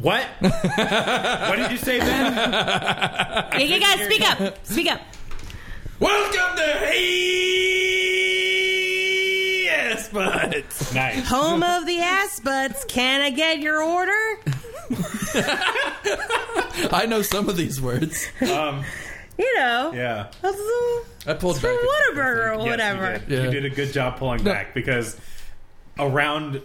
What? what did you say, Ben? Yeah, you gotta speak up. Speak up. Welcome to Yes, but nice. Home of the ass butts. Can I get your order? I know some of these words. Um, You know. yeah. That's, uh, I pulled it's from back. Whataburger Yes, or whatever. You did. You Yeah. did a good job pulling back because around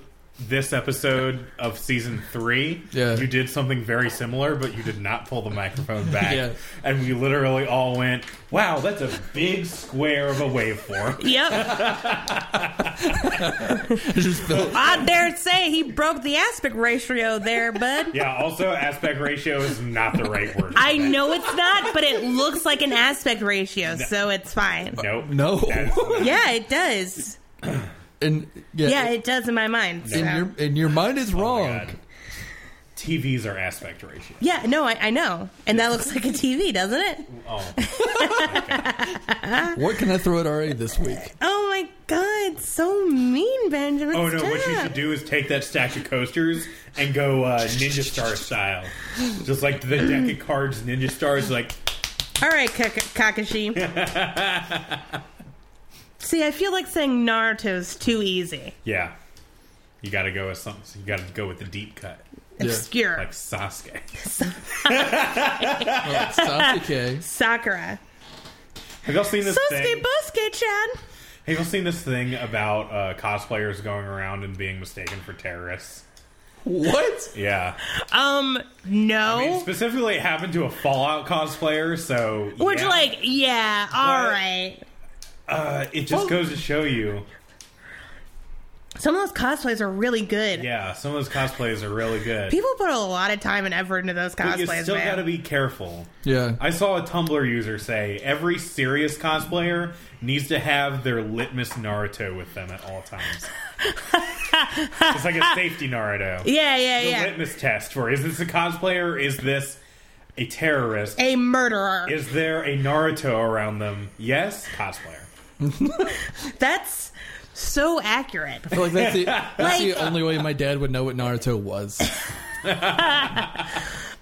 this episode of season three, Yeah. you did something very similar, but you did not pull the microphone back. Yeah. And we literally all went, wow, that's a big square of a waveform. Yep. Just felt- I dare say he broke the aspect ratio there, bud. yeah, also, aspect ratio is not the right word. I know it's not, but it looks like an aspect ratio, so it's fine. Nope. No. That's not- Yeah, it does. and yeah, Yeah, it does in my mind. and so. your and your mind is oh my wrong. God. TVs are aspect ratio. Yeah, no, I, I know. And that looks like a TV, doesn't it? Oh, what can I throw at RA this week? Oh my god, so mean, Benjamin. oh no! Stop. What you should do is take that stack of coasters and go uh, ninja star style, just like the deck of cards. Ninja stars, like All right, Kak- Kakashi. See, I feel like saying Naruto's too easy. yeah, you got to go with something. You got to go with the deep cut, Yeah. Obscure. like Sasuke. Oh, Sasuke. Sakura. Have y'all seen this Sosuke thing? Bosuke chan. Have y'all seen this thing about uh, cosplayers going around and being mistaken for terrorists? What? Yeah, Um, no. I mean, specifically, it happened to a Fallout cosplayer. So Which, yeah. like, yeah, all right. uh, it Oh. just goes to show you. Some of those cosplays are really good. Yeah, some of those cosplays are really good. People put a lot of time and effort into those But cosplays, you still man. got to be careful. Yeah. I saw a Tumblr user say every serious cosplayer needs to have their litmus Naruto with them at all times. it's like a safety Naruto. yeah, yeah, The yeah. litmus test for is this a cosplayer? Is this a terrorist? A murderer. Is there a Naruto around them? Yes, cosplayer. That's so accurate. I feel like that's the, that's the Like- only way my dad would know what Naruto was.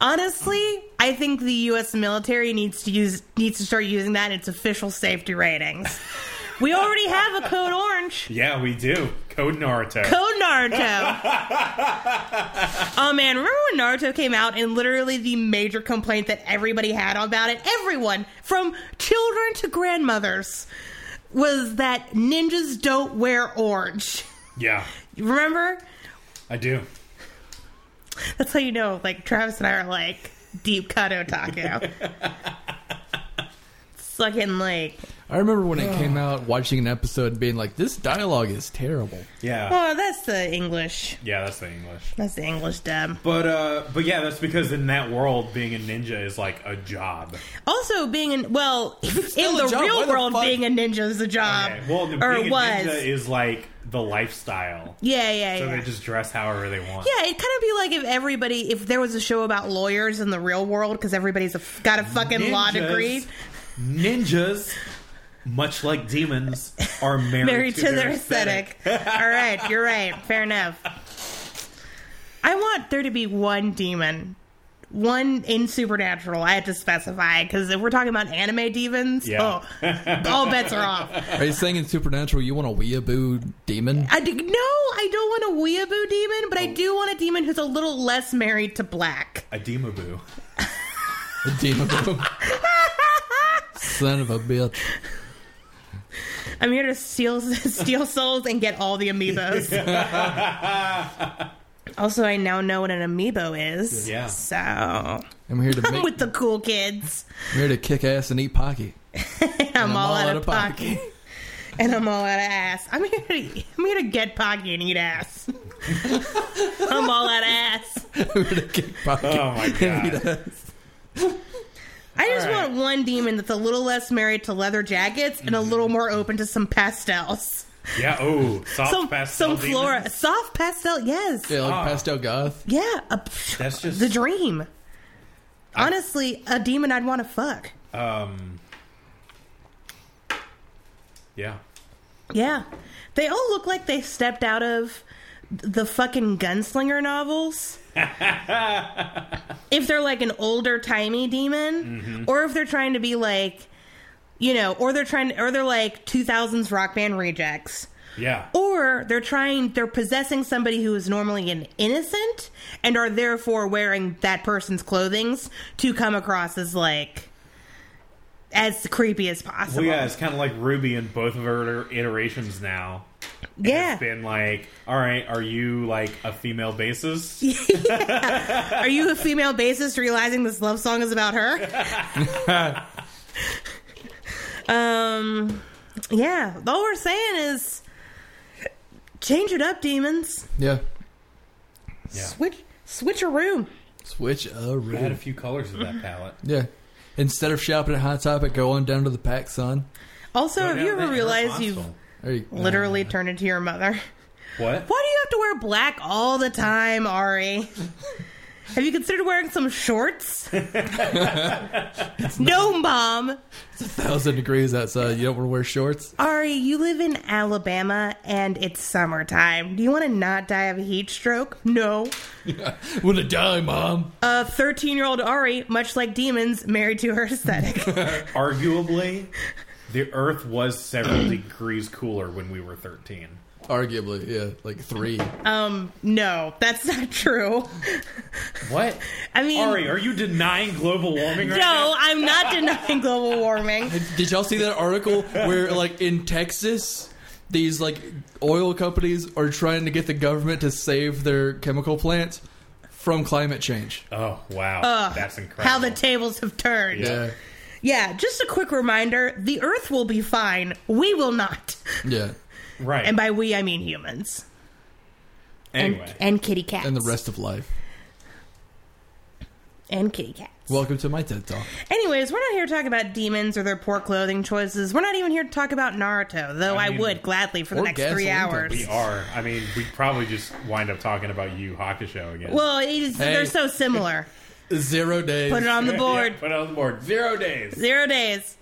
Honestly, I think the U.S. military needs to use needs to start using that in its official safety ratings. We already have a code orange. Yeah, we do. Code Naruto. Code Naruto. oh man, remember when Naruto came out and literally the major complaint that everybody had about it, everyone from children to grandmothers, was that ninjas don't wear orange. yeah, Remember? I do. That's how you know, like, Travis and I are like deep cut otaku. Fucking like, I remember when it came out, watching an episode, and being like, "This dialogue is terrible." Yeah, oh, that's the English. yeah, that's the English. That's the English dub. But uh, but yeah, that's because in that world, being a ninja is like a job. Also, being in, well, in a the job, why real the world, fuck- being a ninja is a job. Okay. Well, the, Um, or being it a was. ninja is like the lifestyle, yeah, yeah, so yeah. they just dress however they want. yeah, it'd kind of be like if everybody, if there was a show about lawyers in the real world, because everybody's a, got a fucking law Ninjas- degree. Ninjas, much like demons, are married, married to, their aesthetic. All right, you're right. Fair enough. I want there to be one demon, one in Supernatural. I have to specify because if we're talking about anime demons, Yeah. oh, all bets are off. Are you saying in Supernatural you want a weeaboo demon? I do, no, I don't want a weeaboo demon, but I do want a demon who's a little less married to black. A demaboo. A demon. Son of a bitch. I'm here to steal steal souls and get all the amiibos. also, I now know what an amiibo is. Yeah. So. I'm here to I'm make, with the cool kids. I'm here to kick ass and eat pocky. And I'm, all, out, of pocket. And I'm all out of ass. I'm here to, I'm here to get pocky and eat ass. I'm all out of ass. I'm here to kick pocky. Oh my and eat God. ass. I just All right. Mm-hmm. want one demon that's a little less married to leather jackets and a little more open to some pastels. Yeah. Oh, soft some pastel some demon? flora. Soft pastel, yes. Yeah, like Ah. pastel goth. Yeah. a- pff, That's just- the dream. Honestly, a demon I'd want to fuck. Um. Yeah. Yeah. They all look like they stepped out of the fucking gunslinger novels. if they're like an older timey demon, or if they're trying to be like, you know, or they're trying, or they're like 2000s rock band rejects, Yeah. or they're trying, they're possessing somebody who is normally an innocent and are therefore wearing that person's clothings to come across as like as creepy as possible. Well, yeah, it's kind of like Ruby in both of her iter- iterations now. Yeah. It's been like, all right, are you like a female bassist? Are you a female bassist realizing this love song is about her? um, yeah. All we're saying is change it up, demons. Yeah. Yeah. Switch, switch a room. Switch a I had a room. few colors of that palette. Yeah. Instead of shopping at Hot Topic, go on down to the Pack Son. Also, have you ever realized you've There you- literally turned into your mother? What? Why do you have to wear black all the time, Ari? have you considered wearing some shorts? Dome bomb. thousand degrees outside. You don't want to wear shorts. Ari, you live in Alabama and it's summertime. Do you want to not die of a heat stroke? No. Would have die, mom. A 13 year old Ari, much like demons, married to her aesthetic. Arguably, the Earth was several degrees cooler when we were 13. Arguably, yeah, like three. um, no, that's not true. What? I mean, Ari, are you denying global warming right no, I'm not denying global warming. Did y'all see that article where, like, in Texas, these like oil companies are trying to get the government to save their chemical plants from climate change? now? Oh, wow. That's incredible. Uh, How the tables have turned. Yeah. Yeah, yeah, just a quick reminder the earth will be fine. We will not. yeah, right. And by we, I mean humans. anyway. And, and kitty cats. and the rest of life. And kitty cats. Welcome to my TED Talk. Anyways, we're not here to talk about demons or their poor clothing choices. We're not even here to talk about Naruto, though I, I mean- would gladly for the Or next three gasoline hours. we are. I mean, we probably just wind up talking about you, Hakusho, again. Well, it is, Hey. they're so similar. Zero days. Put it on the board. Yeah, put it on the board. Zero days. Zero days.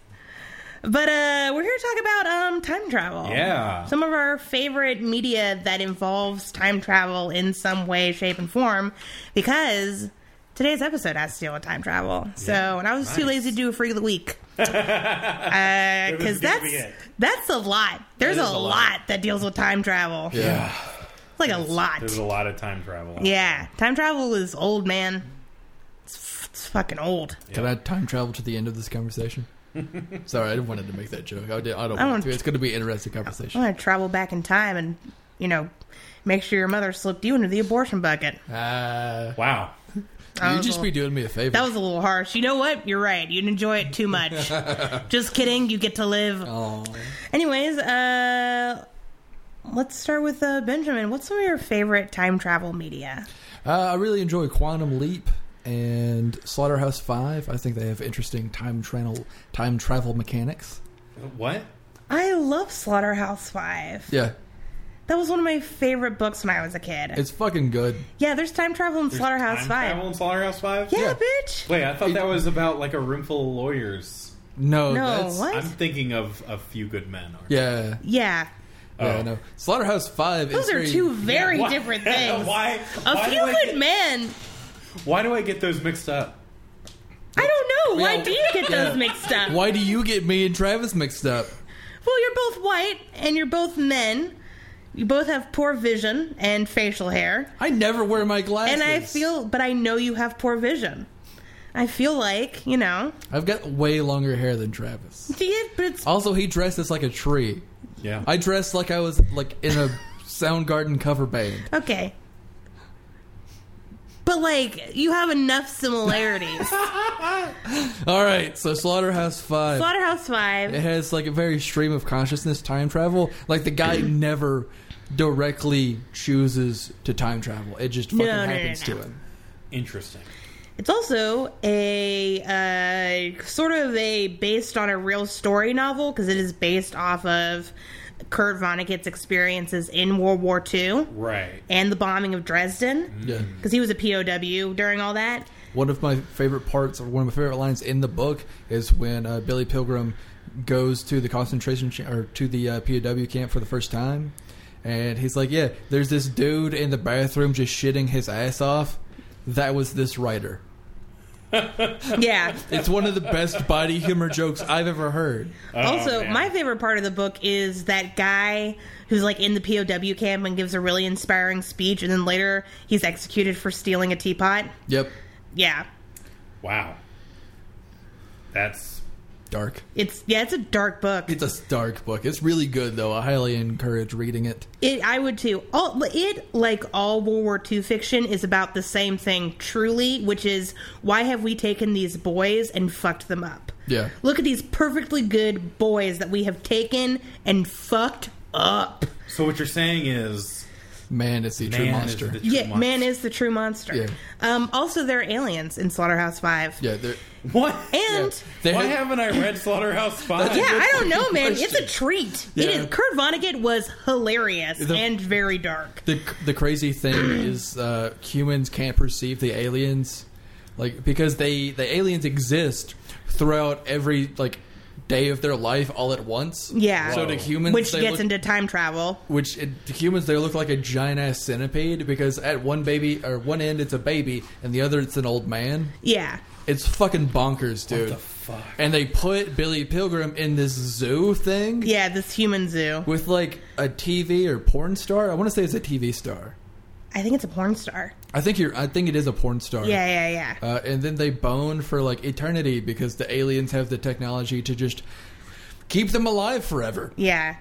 But uh, we're here to talk about um, time travel. Yeah. Some of our favorite media that involves time travel in some way, shape, and form, because today's episode has to deal with time travel. So, and I was too Nice. lazy to do a freak of the week was because gonna that's be it. that's a lot. There's That a, is a lot. lot that deals with time travel. Yeah. Like a lot. There's a lot of time travel. out Yeah, time travel is old, man. It's, f- it's fucking old. Can I time travel to the end of this conversation? Sorry, I didn't wanted to make that joke. I, did, I don't I want don't- to. It's going to be an interesting I'm conversation. gonna travel back in time and, you know, make sure your mother slipped you into the abortion bucket. Uh, there. Wow. That you was just a- be doing me a favor. That was a little harsh. You know what? You're right. You'd enjoy it too much. Just kidding. You get to live. Oh. Aw. Anyways, uh, let's start with uh, Benjamin. What's some of your favorite time travel media? Uh, I really enjoy Quantum Leap and Slaughterhouse Five. I think they have interesting time travel time travel mechanics. What? I love Slaughterhouse Five. Yeah, That was one of my favorite books when I was a kid. it's fucking good. yeah, there's time travel in Slaughterhouse Time Five. travel in Slaughterhouse Five. Yeah, Yeah. bitch. Wait, I thought that was about like a room full of lawyers. No, No, that's, what? I'm thinking of a few good men. Aren't Yeah, Yeah. yeah, Oh. no. Slaughterhouse Five. is Those are very- two very Why- different things. why? A why few do I good get- men. Why do I get those mixed up? I don't know. Why Yeah. do you get those mixed up? Why do you get me and Travis mixed up? Well, you're both white and you're both men. You both have poor vision and facial hair. I never wear my glasses. And I feel, but I know you have poor vision. I feel like, you know, I've got way longer hair than Travis. do you- but it's, Also, he dresses like a tree. Yeah. I dressed like I was like in a Soundgarden cover band. okay. But like, you have enough similarities. All right, so Slaughterhouse Five. Slaughterhouse Five. it has like a very stream of consciousness time travel. Like the guy never directly chooses to time travel. It just fucking No, no, no, happens no. to him. Interesting. It's also a uh, sort of a based on a real story novel because it is based off of Kurt Vonnegut's experiences in World War II Right. and the bombing of Dresden Yeah. because he was a POW during all that. One of my favorite parts, or one of my favorite lines in the book, is when uh, Billy Pilgrim goes to the concentration ch- or to the uh, POW camp for the first time, And he's like, yeah, there's this dude in the bathroom just shitting his ass off. That was this writer. Yeah. It's one of the best body humor jokes I've ever heard. also, man. my favorite part of the book is that guy who's like in the POW camp and gives a really inspiring speech, and then later he's executed for stealing a teapot. Yep. Yeah, Wow. That's Dark. it's yeah, it's a dark book. It's a dark book. It's really good, though. I highly encourage reading it. It, I would too. All, it, like all World War II fiction, is about the same thing, truly, which is why have we taken these boys and fucked them up? Yeah. Look at these perfectly good boys that we have taken and fucked up. so. What you're saying is, Man, it's the true man monster. is the true Yeah, monster. man is the true monster. Yeah. Um, also, there are aliens in Slaughterhouse Five. yeah, they're- What? And they Why have- haven't I read Slaughterhouse Five? yeah, I don't know, man. question. It's a treat. It Yeah. is. Kurt Vonnegut was hilarious The- and very dark. the the crazy thing is uh, humans can't perceive the aliens, like because they the aliens exist throughout every like day of their life all at once. Yeah. So to Whoa. humans, Which they gets look- into time travel. which it, to humans they look like a giant ass centipede because at one baby or one end it's a baby and the other it's an old man. Yeah. It's fucking bonkers, dude. the fuck? And they put Billy Pilgrim in this zoo thing Yeah, this human zoo. with like a TV or porn star. I want to say it's a TV star. I think it's a porn star. I think you're. I think it is a porn star. Yeah, yeah, yeah. Uh, and then they bone for like eternity because the aliens have the technology to just keep them alive forever. yeah.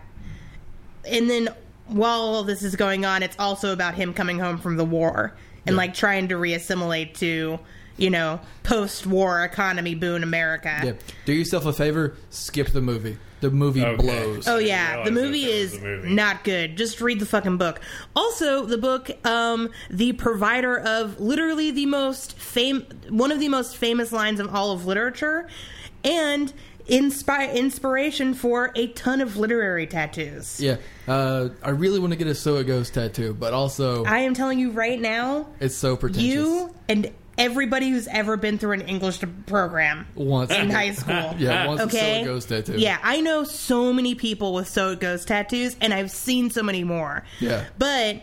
And then while all this is going on, it's also about him coming home from the war and like trying to reassimilate to, you know, post war economy boon America. Yeah. Do yourself a favor. Skip the movie. The movie Okay. blows. Oh didn't yeah, realize the that movie there was is a movie. not good. Just read the fucking book. Also, the book, um, the provider of literally the most fame, one of the most famous lines of all of literature, and inspi- inspiration for a ton of literary tattoos. Yeah. Uh, I really want to get a So It Goes tattoo, but also I am telling you right now, it's so pretentious. you and everybody who's ever been through an English program once in high school. Yeah, once okay. a So It Goes tattoo. Yeah, I know so many people with so it goes tattoos, and I've seen so many more. Yeah. but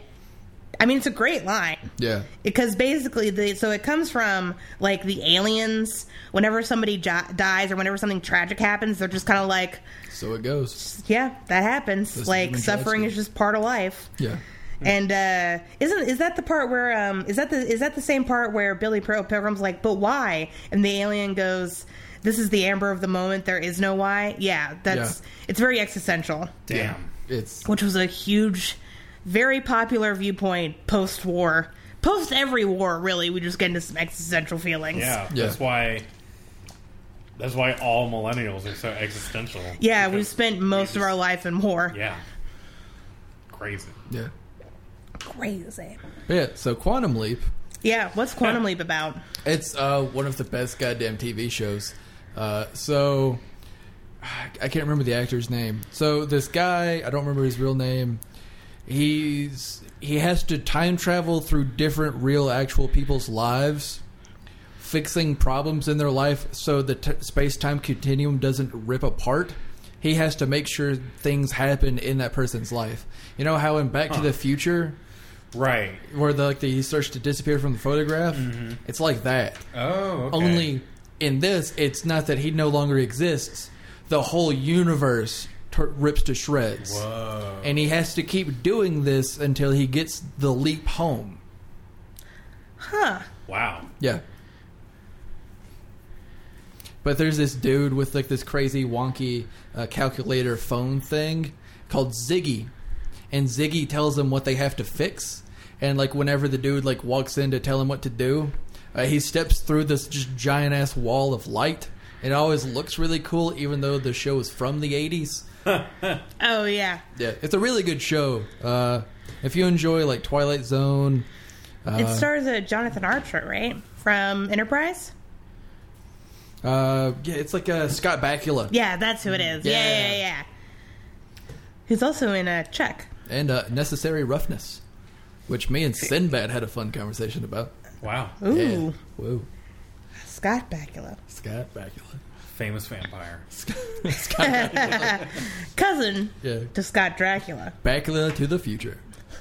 I mean, it's a great line Yeah. because basically, the so it comes from like the aliens. Whenever somebody jo- dies or whenever something tragic happens, they're just kind of like, So it goes. yeah, that happens. That's like human suffering tragedy. is just part of life. Yeah. Mm. And uh, isn't is that the part where um, is that the is that the same part where Billy Pro- Pilgrim's like, but why? And the alien goes, "This is the amber of the moment. There is no why." Yeah, that's it's very existential, Damn. It's which was a huge, very popular viewpoint post war, post every war. Really, we just get into some existential feelings. Yeah, Yeah. that's why. That's why all millennials are so existential. yeah. Because We've spent most just- of our life in war. Yeah, crazy. yeah. Crazy. But yeah. So Quantum Leap. Yeah. What's Quantum Leap about? It's uh, one of the best goddamn TV shows. Uh, so I can't remember the actor's name. So this guy, I don't remember his real name. He's he has to time travel through different real actual people's lives, fixing problems in their life so the t- space-time continuum doesn't rip apart. He has to make sure things happen in that person's life. You know how in Back to the Future Right. where the, like the, he starts to disappear from the photograph. It's like that. Oh, Mm-hmm. okay. Only in this, it's not that he no longer exists. The whole universe tur rips to shreds, Whoa. and he has to keep doing this until he gets the leap home. Huh. Wow. Yeah. But there's this dude with like this crazy wonky uh, calculator phone thing called Ziggy, and Ziggy tells them what they have to fix. And like whenever the dude like walks in to tell him what to do, uh, he steps through this just giant ass wall of light. It always looks really cool, even though the show is from the '80s. Oh yeah. Yeah, it's a really good show. Uh, if you enjoy like Twilight Zone, It stars uh, Jonathan Archer, right, from Enterprise. uh, yeah, it's like uh, Scott Bakula. Yeah, that's who it is. Yeah, yeah, Yeah. yeah. yeah. Who's also in a check. and uh, necessary roughness, which me and Sinbad had a fun conversation about. Wow. Ooh, Yeah. Whoa, Scott Bakula. Scott Bakula. Famous vampire. Cousin yeah. to Scott Dracula. Bacula to the future.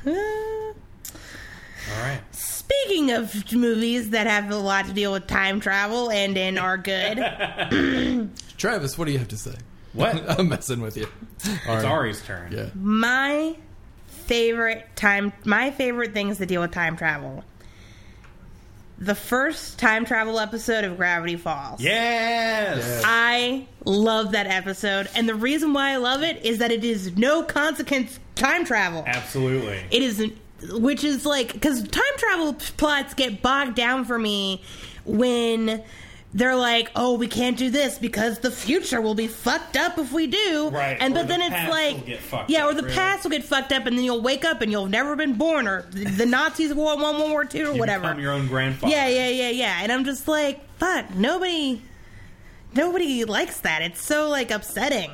Uh, All right. Speaking of movies that have a lot to deal with time travel and and are good, Travis, what do you have to say? What? I'm messing with you. All It's right. Ari's turn. Yeah. my favorite time my favorite things that deal with time travel. The first time travel episode of Gravity Falls. Yes. I love that episode, and the reason why I love it is that it is no consequence time travel. Absolutely. It isn't, which is like because time travel plots get bogged down for me when they're like, oh, we can't do this because the future will be fucked up if we do. Right, And or but the then it's past like, will get fucked yeah, up, or the really. past will get fucked up, and then you'll wake up and you'll have never been born, or the- the Nazis won World War II, or You whatever. become your own grandfather. Yeah, yeah, yeah, yeah. And I'm just like, fuck, nobody nobody likes that. It's so like upsetting.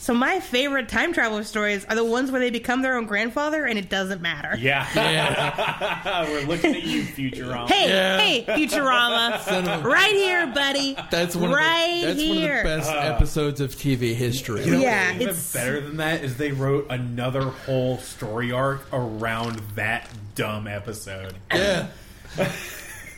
So my favorite time travel stories are the ones where they become their own grandfather and it doesn't matter. Yeah. Yeah. We're looking at you, Futurama. Hey, Yeah. hey, Futurama. Son of a- right here, buddy. that's one right of the, that's here. one of the Uh. best episodes of TV history. You know Yeah, what's even it's- better than that is they wrote another whole story arc around that dumb episode. Yeah. They're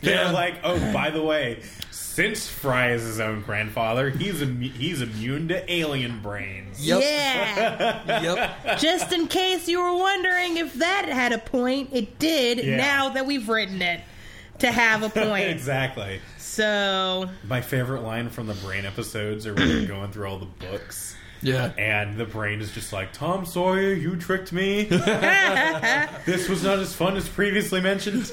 Yeah. like, oh, by the way, since Fry is his own grandfather, he's immu- he's immune to alien brains. Yep. Yeah. Yep. Just in case you were wondering if that had a point, it did Yeah. now that we've written it to have a point. exactly. so My favorite line from the Brain episodes are when they're going through all the books, Yeah. and the Brain is just like, Tom Sawyer, you tricked me. this was not as fun as previously mentioned.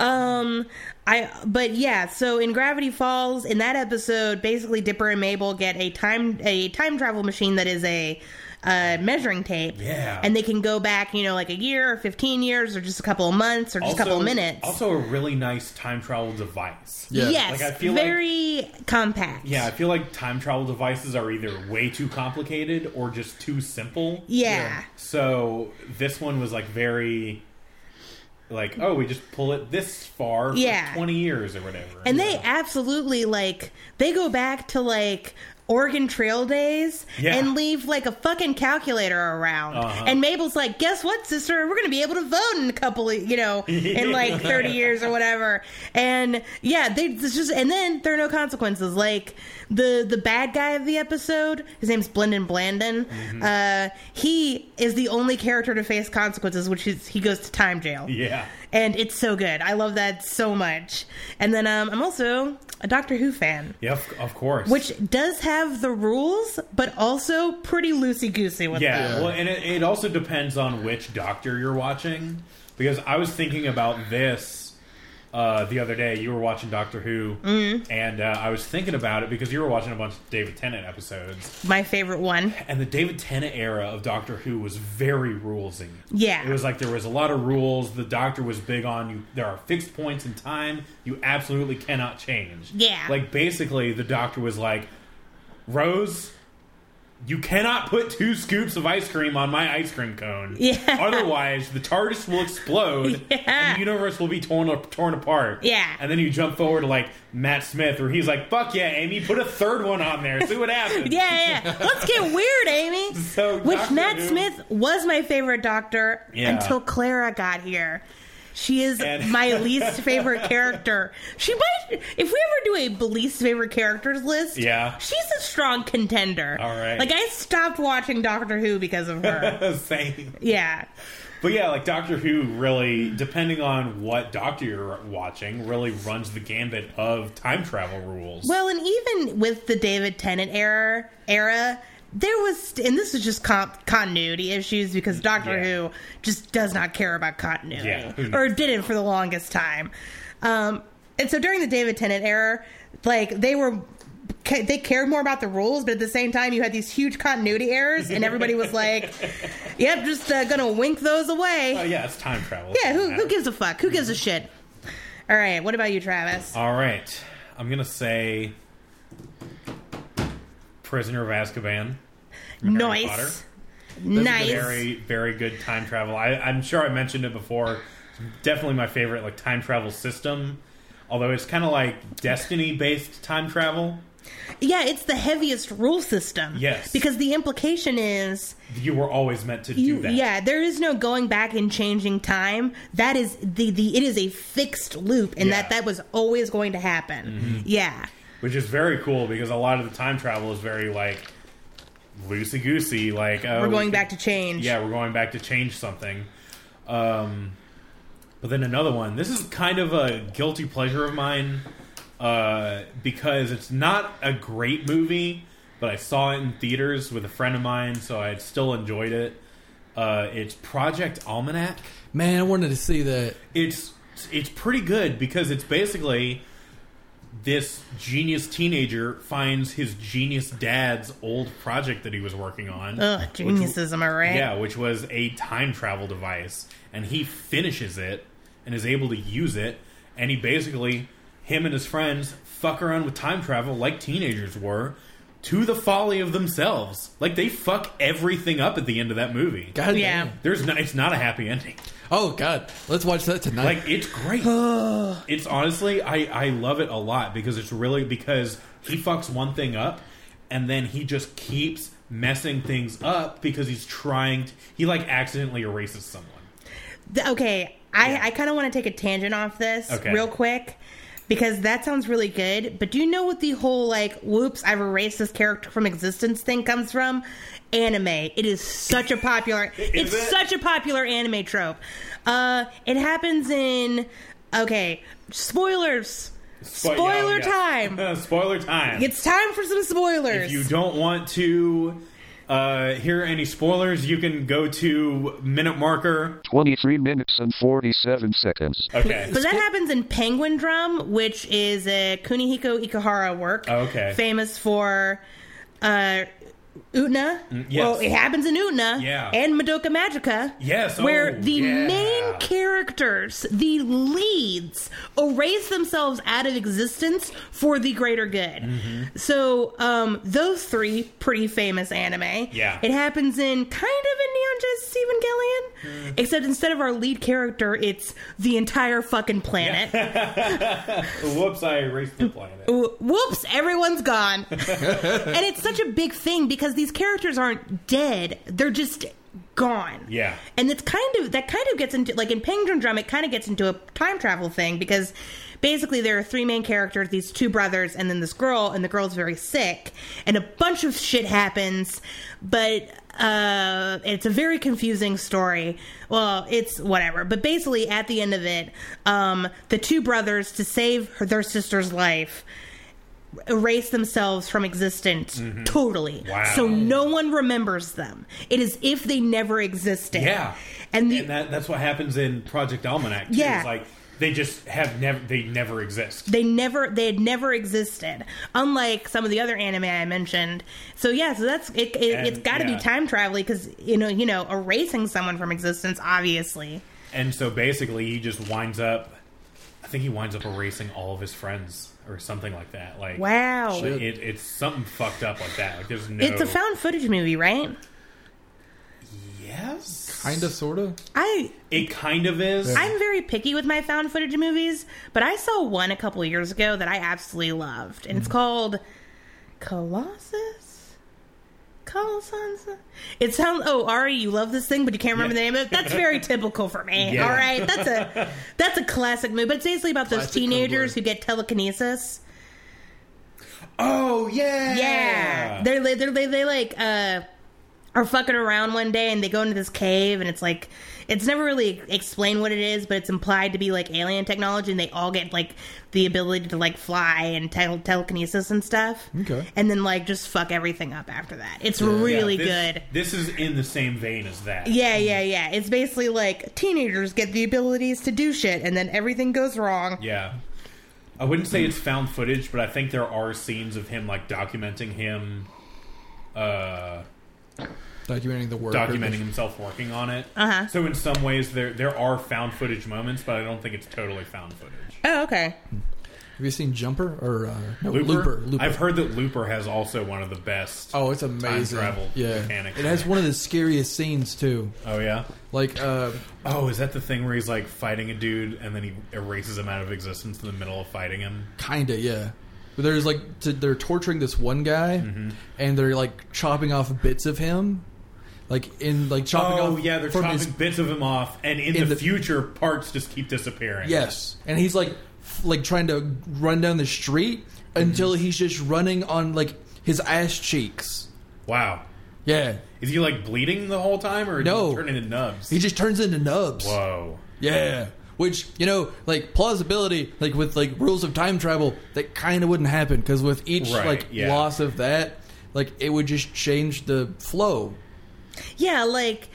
I but yeah, so in Gravity Falls, in that episode, basically Dipper and Mabel get a time a time travel machine that is a uh, measuring tape. Yeah. And they can go back, you know, like a year or fifteen years or just a couple of months or just a couple of minutes. Also, a really nice time travel device. Yeah. Yes. Like, I feel like- very compact. Yeah, I feel like time travel devices are either way too complicated or just too simple. Yeah. So this one was like very, like oh, we just pull it this far, for Yeah. twenty years or whatever. And they absolutely like they go back to like Oregon Trail days Yeah. and leave like a fucking calculator around. Uh-huh. And Mabel's like, "Guess what, sister? We're gonna be able to vote in a couple, of, you know, in like thirty years or whatever." And yeah, they it's just and then there are no consequences. Like the the bad guy of the episode, his name's Blendon Blandon. Mm-hmm. Uh, he is the only character to face consequences, which is he goes to time jail yeah, and it's so good. I love that so much. And then um, I'm also a Doctor Who fan, yeah, of, of course. which does have the rules, but also pretty loosey goosey with them. yeah, Yeah. well, and it, it also depends on which doctor you're watching because I was thinking about this. Uh, the other day, you were watching Doctor Who, and uh, I was thinking about it because you were watching a bunch of David Tennant episodes, My favorite one. And the David Tennant era of Doctor Who was very rulesy. Yeah. It was like there was a lot of rules. The Doctor was big on you. There are fixed points in time you absolutely cannot change. Yeah. Like basically, the Doctor was like, Rose, you cannot put two scoops of ice cream on my ice cream cone. Yeah. Otherwise, the TARDIS will explode Yeah. and the universe will be torn torn apart. Yeah. And then you jump forward to like Matt Smith, where he's like, "Fuck yeah, Amy, put a third one on there. See what happens." Yeah, yeah. Let's get weird, Amy. So, Which Doctor Nat Who- Smith was my favorite Doctor Yeah. until Clara got here. She is And- my least favorite character. She might, if we ever do a least favorite characters list, Yeah. she's a strong contender. All right. like I stopped watching Doctor Who because of her. Same. yeah, But yeah, like Doctor Who really, depending on what Doctor you're watching, really runs the gambit of time travel rules. Well, and even with the David Tennant era, era there was, and this was just comp- continuity issues because Doctor Yeah. Who just does not care about continuity, Yeah, Mm-hmm. who or knows? didn't for the longest time. Um, and so during the David Tennant era, like they were. ca- They cared more about the rules, but at the same time, you had these huge continuity errors, and everybody was like, "Yep, just uh, gonna wink those away." Oh, yeah, it's time travel. yeah, who, Doesn't who matter. gives a fuck? Who Mm-hmm. gives a shit? All right, what about you, Travis? All right, I'm gonna say Prisoner of Azkaban. from Harry Potter. nice, nice. Very, very good time travel. I, I'm sure I mentioned it before. It's definitely my favorite like time travel system. Although it's kind of like destiny based time travel. Yeah, it's the heaviest rule system. Yes. Because the implication is You were always meant to you do that. yeah, there is no going back and changing time. That is the the it is a fixed loop and that Yeah. Mm-hmm. that was always going to happen. Yeah. Which is very cool because a lot of the time travel is very like loosey goosey. Like oh, We're we going could- back to change. Yeah, we're going back to change something. Um, but then another one. This is kind of a guilty pleasure of mine uh, because it's not a great movie, but I saw it in theaters with a friend of mine, so I still enjoyed it. Uh, it's Project Almanac. Man, I wanted to see that. It's it's pretty good because it's basically this genius teenager finds his genius dad's old project that he was working on. Ugh, geniuses, am I right? Yeah, which was a time travel device, and he finishes it and is able to use it, and he basically, him and his friends, fuck around with time travel like teenagers were, to the folly of themselves. Like they fuck everything up at the end of that movie. God Yeah. damn. There's not, it's not a happy ending. Oh God, let's watch that tonight. Like it's great. it's honestly, I I love it a lot because it's really because he fucks one thing up, and then he just keeps messing things up because he's trying. To, he like accidentally erases someone. Th- okay, I, Yeah. I kind of want to take a tangent off this Okay. real quick because that sounds really good. But do you know what the whole like, whoops, I've erased this character from existence thing comes from? Anime. It is such a popular. Is it's it? such a popular anime trope. Uh, it happens in. Okay, spoilers. Spo- Spoiler yeah, yeah. time. Spoiler time. It's time for some spoilers. if you don't want to uh, hear any spoilers, you can go to minute marker. 23 minutes and 47 seconds. Okay. But that happens in Penguin Drum, which is a Kunihiko Ikahara work. Oh, okay. Famous for uh, Utna. Mm, yes. Well, it happens in Utna. Yeah. And Madoka Magica. Yes, Where oh, the yeah. main characters, the leads, erase themselves out of existence for the greater good. Mm-hmm. So, um, those three pretty famous anime. Yeah. It happens in kind of in Neon Genesis Mm-hmm. Evangelion, except instead of our lead character, it's the entire fucking planet. Whoops! I erased Mm. the planet. Wh- Whoops, everyone's gone. and it's such a big thing because these characters aren't dead, they're just gone. Yeah. And it's kind of that kind of gets into like in Penguin Drum, it kind of gets into a time travel thing because basically there are three main characters, these two brothers, and then this girl, and the girl's very sick, and a bunch of shit happens, but uh, it's a very confusing story. Well, it's whatever, but basically at the end of it, um, the two brothers to save her, their sister's life erase themselves from existence totally. Mm-hmm. Wow. So no one remembers them. It is if they never existed. Yeah, And the and that, that's what happens in Project Almanac. Too. Yeah. it's like they just have never they never exist. they never they had never existed. Unlike some of the other anime I mentioned. So yeah, so that's it, it And, it's got to yeah. be time travel cuz you know, you know, erasing someone from existence obviously. And so basically, he just winds up. I think he winds up erasing all of his friends or something like that. Like Wow. like, it, it's something fucked up like that. Like there's no. It's a found footage movie, right? Yes, Kinda, sorta. I It kind of is. I'm very picky with my found footage movies, but I saw one a couple years ago that I absolutely loved, and it's called Colossus. Colossus. It sounds. Oh, Ari, you love this thing, but you can't remember the name of it. That's very typical for me. Yeah. All right, that's a that's a classic movie, but it's basically about those Classic teenagers Cobra. who get telekinesis. oh yeah, Yeah, they're li- they're they, they like uh are fucking around one day and they go into this cave and it's like it's never really explained what it is, but it's implied to be like alien technology and they all get like the ability to like fly and tel- telekinesis and stuff. Okay. and then like just fuck everything up after that. It's Yeah, really this- Mm-hmm. good. This is in the same vein as that. Yeah, yeah, yeah. It's basically like teenagers get the abilities to do shit and then everything goes wrong. Yeah. I wouldn't say it's found footage, but I think there are scenes of him like documenting him uh Documenting the work. documenting himself working on it. Uh-huh. So in some ways there there are found footage moments, but I don't think it's totally found footage. Oh, okay. Have you seen Jumper or uh, no, Looper? Looper? Looper. I've heard that Looper has also one of the best. Oh, it's amazing. travel yeah, mechanic. it has one of the scariest scenes too. Oh, yeah. Like, uh, Oh, is that the thing where he's like fighting a dude and then he erases him out of existence in the middle of fighting him? kinda, yeah. But there's like t- they're torturing this one guy, Mm-hmm. and they're like chopping off bits of him, like in like chopping Oh off. yeah, they're from chopping his- bits of him off, and in, In the, the- future, parts just keep disappearing. Yes, and he's like f- like trying to run down the street until Mm-hmm. he's just running on like his ass cheeks. Wow. Yeah, Is he like bleeding the whole time, or No. does he turn into nubs? he just turns into nubs. Whoa. Yeah. Which you know, like plausibility, like with like rules of time travel, that kind of wouldn't happen because with each Right, like yeah. loss of that, like it would just change the flow. Yeah, like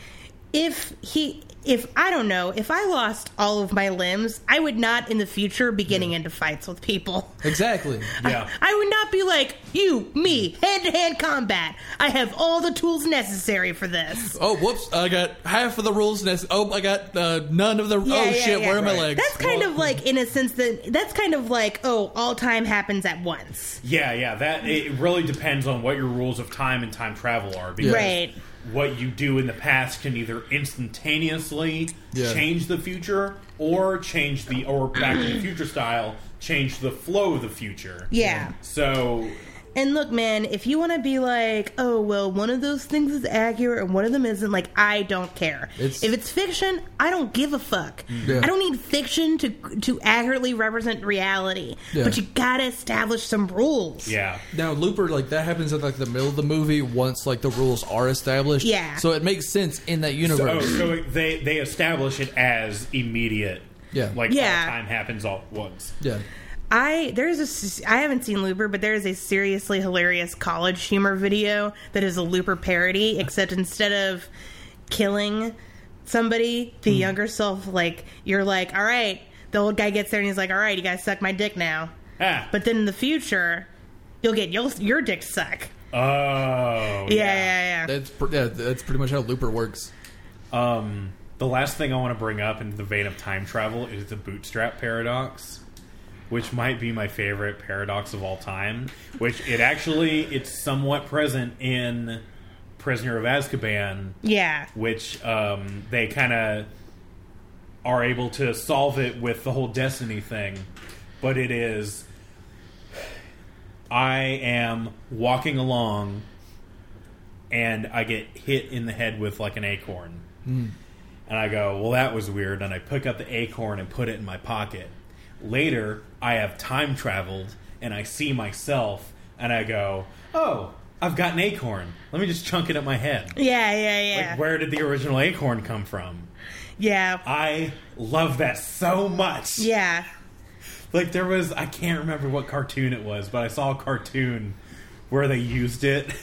if he if I don't know, if I lost all of my limbs, I would not in the future be getting into fights with people. Exactly. Yeah. I would not be like, you, me, hand to hand combat. I have all the tools necessary for this. oh, whoops! I got half of the rules. Nest- oh, I got uh, none of the. oh Yeah, yeah, shit! yeah. Where are my legs? That's kind of like, in a sense, that that's kind of like, oh, all time happens at once. Yeah, yeah. That it really depends on what your rules of time and time travel are. Because Right. What you do in the past can either instantaneously Yeah. change the future, or change the or Back to the Future style change the flow of the future. Yeah. So And look, man, if you want to be like, oh, well, one of those things is accurate and one of them isn't, like, I don't care. It's- if it's fiction, I don't give a fuck. Yeah. I don't need fiction to to accurately represent reality. Yeah. But you gotta establish some rules. yeah. Now Looper, like that happens at like the middle of the movie once like the rules are established. Yeah. So it makes sense in that So, oh, universe. so it- they they establish it as immediate. Yeah. Like Yeah. all time happens all at once. yeah. I there's a s- I haven't seen Looper, but there is a seriously hilarious college humor video that is a Looper parody, except instead of killing somebody, the younger self like you're like, all right, the old guy gets there and he's like, all right, you guys suck my dick now, Ah. but then in the future, you'll get your your dick suck. oh Yeah, yeah, yeah. That's pr- yeah. That's pretty much how Looper works. Um, the last thing I want to bring up in the vein of time travel is the bootstrap paradox, which might be my favorite paradox of all time. Which it actually it's somewhat present in Prisoner of Azkaban, yeah. which um, they kind of are able to solve it with the whole destiny thing. But it is I am walking along and I get hit in the head with like an acorn. And I go, well, that was weird. And I pick up the acorn and put it in my pocket. Later, I have time traveled and I see myself and I go, oh, I've got an acorn. Let me just chunk it at my head. Yeah, yeah, yeah. Like, where did the original acorn come from? yeah. I love that so much. yeah. Like, there was, I can't remember what cartoon it was, but I saw a cartoon where they used it.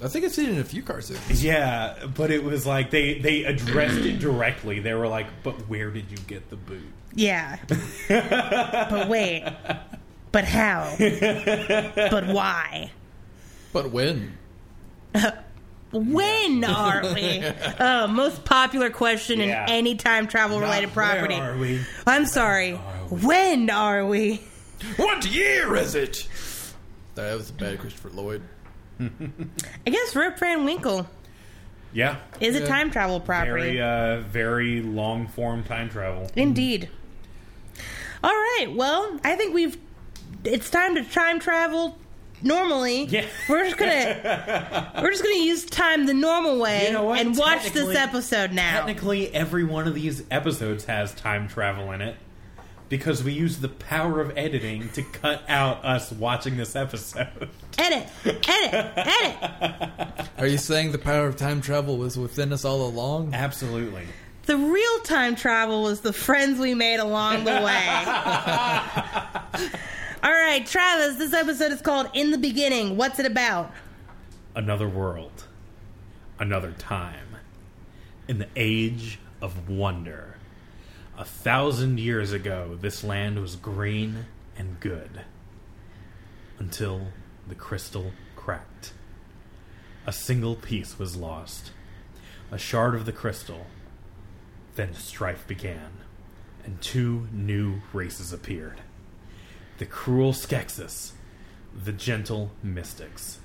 I think I've seen it in a few cartoons. yeah, but it was like they, they addressed it directly. They were like, but where did you get the boot? Yeah. but wait. But how? but why? But when? When are we? Uh, most popular question in Yeah. any time travel related Not property. Where are we? I'm sorry. When are we? What year is it? That was bad Christopher Lloyd. I guess Rip Van Winkle Yeah. is a Yeah. time travel property. Very, uh, very long form time travel. Indeed. All right. Well, I think we've. It's time to time travel. Normally, Yeah. we're just gonna we're just gonna use time the normal way You know what? and watch this Technically- episode now. Technically, every one of these episodes has time travel in it because we use the power of editing to cut out us watching this episode. Edit, edit, edit. Are you saying the power of time travel was within us all along? Absolutely. The real time travel was the friends we made along the way. All right, Travis, this episode is called In the Beginning. What's it about? Another world, another time, in the age of wonder. A thousand years ago, this land was green and good until the crystal cracked. A single piece was lost, a shard of the crystal. Then strife began, and two new races appeared. the cruel Skeksis, the gentle mystics.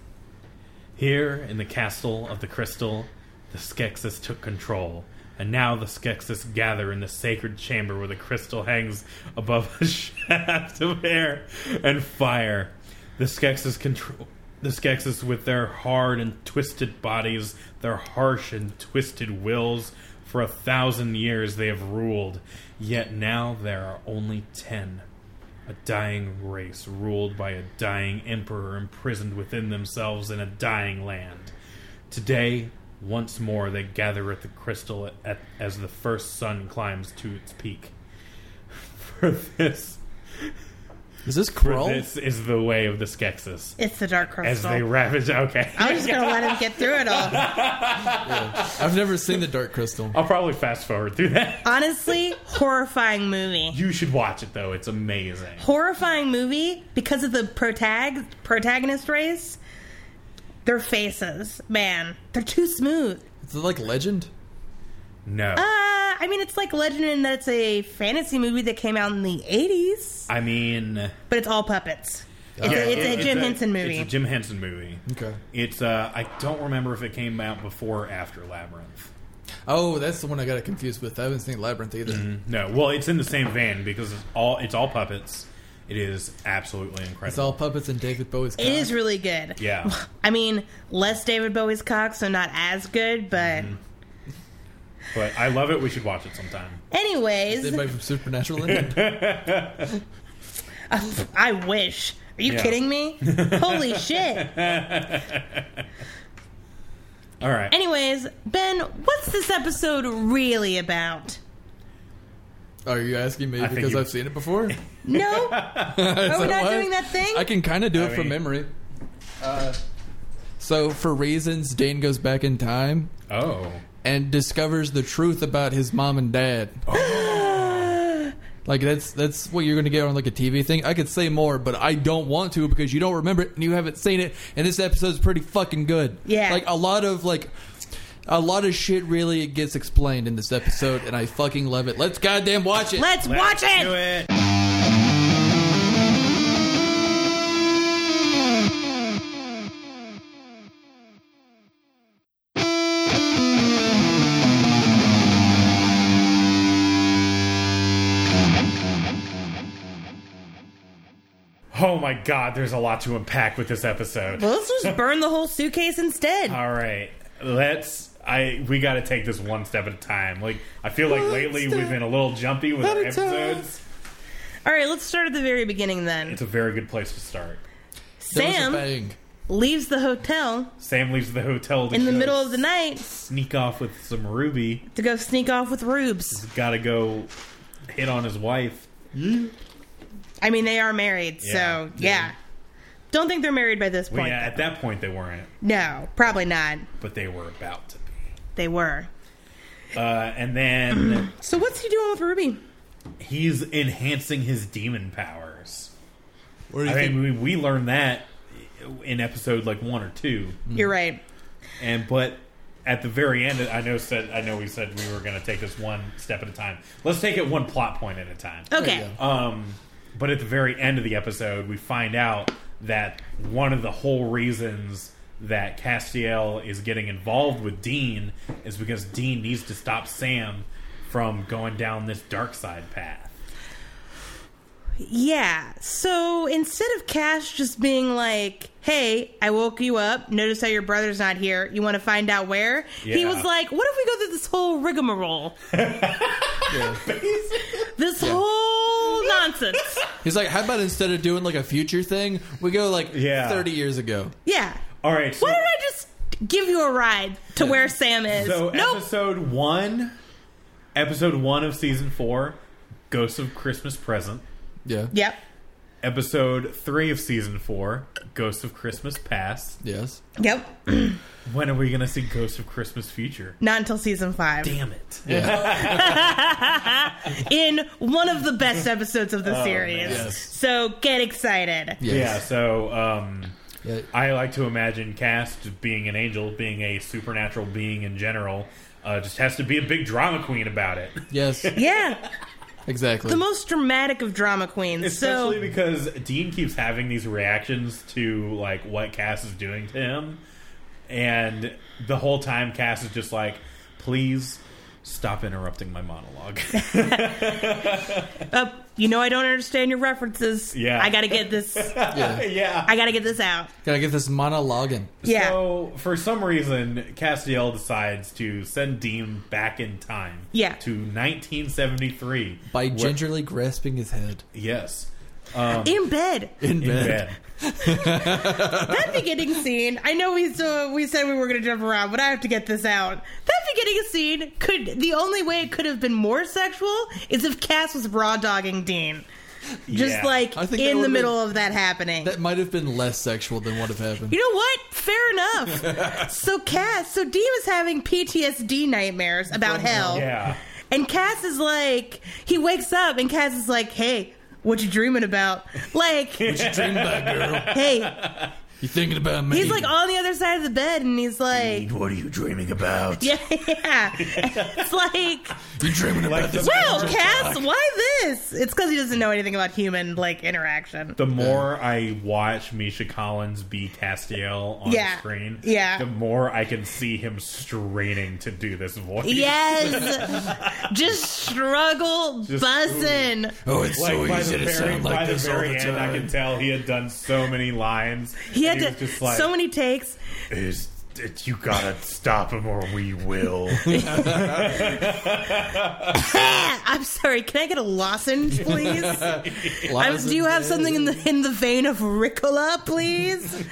Here in the castle of the crystal, the Skeksis took control, and now the Skeksis gather in the sacred chamber where the crystal hangs above a shaft of air and fire. The Skeksis control. The Skeksis, with their hard and twisted bodies, their harsh and twisted wills, for a thousand years they have ruled. Yet now there are only ten a dying race ruled by a dying emperor imprisoned within themselves in a dying land. Today, once more, they gather at the crystal at, as the first sun climbs to its peak. For this, Is this for Krull? this is the way of the Skeksis. It's the Dark Crystal. As they ravage, okay. I'm just gonna let him get through it all. I've never seen the Dark Crystal. I'll probably fast forward through that. Honestly, horrifying movie. You should watch it though; it's amazing. horrifying movie because of the protag- protagonist race. Their faces, man, they're too smooth. Is it like Legend? No, Uh, I mean, it's like Legend in that it's a fantasy movie that came out in the '80s, I mean, but it's all puppets. It's, Yeah, a, it's it- a Jim Henson movie. It's a Jim Henson movie. Okay. It's uh, I don't remember if it came out before or after Labyrinth. Oh, that's the one I got it confused with. I haven't seen Labyrinth either. No, well, it's in the same vein because it's all it's all puppets. It is absolutely incredible. It's all puppets and David Bowie's. it is really good. yeah, I mean, less David Bowie's cock, so not as good, but but I love it. We should watch it sometime. anyways, Anybody from Supernatural? in it? I wish. Are you Yeah. kidding me? Holy shit. All right, Anyways, Ben, what's this episode really about? Are you asking me I think because you- I've seen it before? No? Are we not doing that thing? I can kind of do I it from mean- memory. Uh, so, for reasons, Dane goes back in time oh, and discovers the truth about his mom and dad. Oh. like that's that's what you're going to get on like a TV thing. I could say more, but I don't want to because you don't remember it and you haven't seen it. And this episode's pretty fucking good. Yeah. like a lot of like. A lot of shit really gets explained in this episode, and I fucking love it. Let's goddamn watch it. Let's, watch Let's it! do it. Oh my god, there's a lot to unpack with this episode. Well, let's just burn the whole suitcase instead. All right, let's. I we got to take this one step at a time. Like I feel like One lately step we've been a little jumpy with at our a time. episodes. All right, let's start at the very beginning then. It's a very good place to start. There was a Sam bang. leaves the hotel Sam leaves the hotel to in the go middle of the night sneak off with some Ruby. to go sneak off with Rubes. Got to go hit on his wife. I mean, they are married, Yeah. so yeah. Don't think they're married by this Well, point. yeah, at that point they weren't, No, probably not. but they were about to be. They were. Uh, and then So what's he doing with Ruby? he's enhancing his demon powers. What do you I think? mean, we, we learned that in episode like one or two, You're right. and but at the very end, I know said I know we said we were going to take this one step at a time. Let's take it one plot point at a time. There Okay. you go. Um, but at the very end of the episode, we find out that one of the whole reasons that Castiel is getting involved with Dean is because Dean needs to stop Sam from going down this dark side path. Yeah. So instead of Cash just being like, hey, I woke you up. Notice how your brother's not here. You want to find out where? He Yeah. was like, what if we go through this whole rigmarole? This whole nonsense. He's like, how about instead of doing like a future thing, we go like Yeah. 30 years ago? Yeah. All right, so, Why don't I just give you a ride to where Sam is? so nope. episode one, episode one of season four, Ghosts of Christmas Present. Yeah. yep. Episode three of season four, Ghosts of Christmas Past. Yes. Yep. When are we going to see Ghosts of Christmas Future? Not until season five. Damn it. Yeah. In one of the best episodes of the series. Yes. So get excited. Oh, Yeah, yes. so um, Yeah. I like to imagine Cast being an angel, being a supernatural being in general, uh, just has to be a big drama queen about it. Yes. Yeah. Exactly. the most dramatic of drama queens. Especially so because Dean keeps having these reactions to like what Cass is doing to him, and the whole time Cass is just like, "Please stop interrupting my monologue." uh, you know I don't understand your references. Yeah. I gotta get this. yeah. yeah. I gotta get this out. Gotta get this monologuing. Yeah. So for some reason, Castiel decides to send Dean back in time. Yeah. To 1973 By where- gingerly grasping his head Yes. um, in bed. in In bed. That beginning scene. I know we so we said we were gonna jump around, but I have to get this out. That beginning scene could the only way it could have been more sexual is if Cass was raw dogging Dean, just Yeah. like I think that in the would've middle of that happening. That might have been less sexual than would have happened. You know what? Fair enough. so Cass, so Dean was having PTSD nightmares Oh, about hell. Yeah. And Cass is like, he wakes up and Cass is like, hey, what you dreaming about? Like, You dream about it, girl. hey, You thinking about me? he's like "Oh." on the other side of the bed and he's like, What are you dreaming about? yeah, yeah. It's like, you dreaming about Like the- this? well, Cass, why this? It's because he doesn't know anything about human like interaction. The more I watch Misha Collins be Castiel on Yeah. screen, Yeah. the more I can see him straining to do this voice. Yes, just struggle Just- buzzing. Oh, it's Like so by easy the to very, sound by like the this all very the end, I can time. tell he had done so many lines. He had was to just like, so many takes. "Is- it- you gotta stop him or we will. Ah, I'm sorry. Can I get a lozenge, please? I, Lies do you and have something in the in the vein of Ricola, please?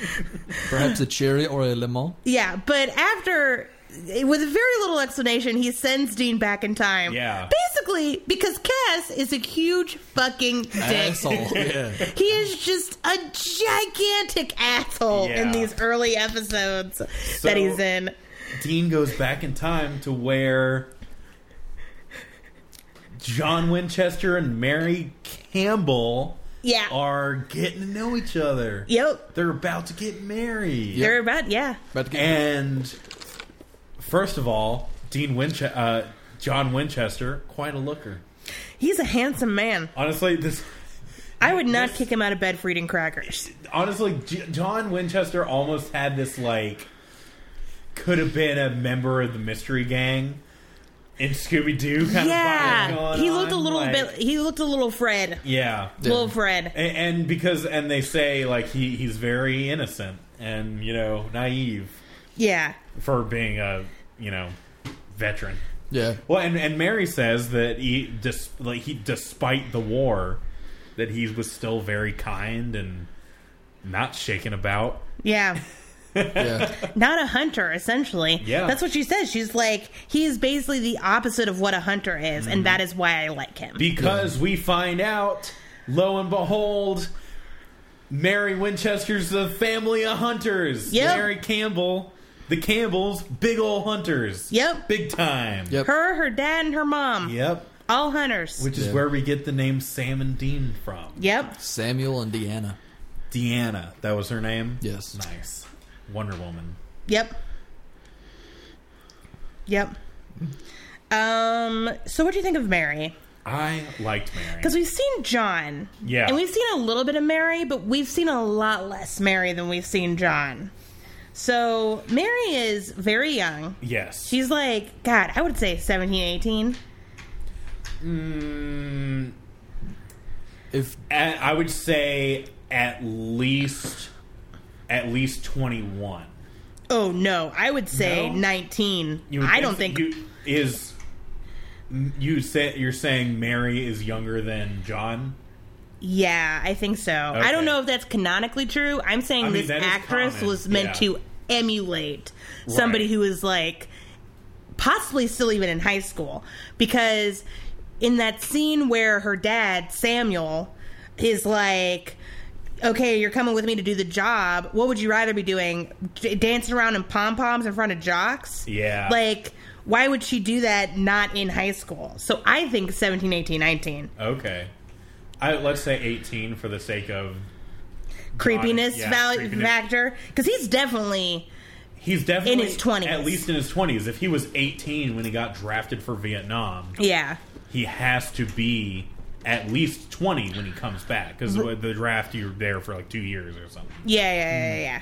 Perhaps a cherry or a lemon. yeah, but after with very little explanation, he sends Dean back in time. Yeah. basically because Cass is a huge fucking dick. Asshole. Yeah. He is just a gigantic asshole in Yeah. these early episodes that he's in. Dean goes back in time to where John Winchester and Mary Campbell Yeah. are getting to know each other. Yep. They're about to get married. They're about yeah. About to get And first of all, Dean Winchester, uh, John Winchester, quite a looker. He's a handsome man. Honestly, this I would not kick him out of bed for eating crackers. honestly, J- John Winchester almost had this like could have been a member of the mystery gang in Scooby Doo kind of vibe Yeah, going he looked a on, little like- bit. He looked a little Fred. Yeah, Yeah. Little Fred. and, and because and they say like he he's very innocent and you know naive Yeah. for being a you know veteran. yeah. Well, and, and Mary says that he, dis, like he, despite the war, that he was still very kind and not shaken about. Yeah. Yeah. Not a hunter, essentially. Yeah. That's what she says. She's like, he is basically the opposite of what a hunter is, Mm-hmm. and that is why I like him. Because we find out, lo and behold, Mary Winchester's the family of hunters. Yep. Mary Campbell, the Campbells, big old hunters. Yep. Big time. Yep. her, her dad, and her mom. Yep. All hunters. Which is Yeah. where we get the name Sam and Dean from. yep. Samuel and Deanna. Deanna, that was her name. Yes. Nice. Wonder Woman. Yep. Yep. Mm-hmm. Um, so what do you think of Mary? I liked Mary. Because we've seen John. Yeah. And we've seen a little bit of Mary, but we've seen a lot less Mary than we've seen John. So Mary is very young. Yes. She's like, God, I would say 17, 18. Mm, If at, I would say at least at least 21. Oh, no. I would say No? 19. You would I don't think. you is mm, you say you're saying Mary is younger than John? yeah, I think so. I don't Okay. know if that's canonically true. I'm saying mean, this that is actress common, was meant yeah. to emulate somebody Right. who was like possibly still even in high school because in that scene where her dad Samuel is like okay you're coming with me to do the job what would you rather be doing D- dancing around in pom-poms in front of jocks Yeah. like why would she do that not in high school so i think 17 18 19 Okay. I let's say 18 for the sake of creepiness yeah, value creepiness. factor because he's definitely He's definitely In his 20s. At least in his twenties. If he was eighteen when he got drafted for Vietnam, Yeah. he has to be at least twenty when he comes back because the draft you're there for like two years or something. Yeah, yeah, yeah, yeah.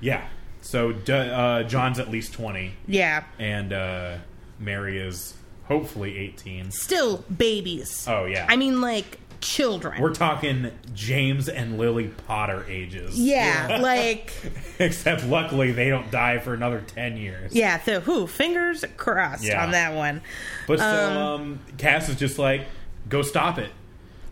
Yeah. So D- uh, John's at least twenty, Yeah. and uh, Mary is hopefully eighteen. Still babies. Oh yeah. I mean, like, children. we're talking James and Lily Potter ages. yeah, like, Except luckily they don't die for another ten years. yeah, so who? Fingers crossed Yeah. on that one. But still, um, Cass is just like, go stop it.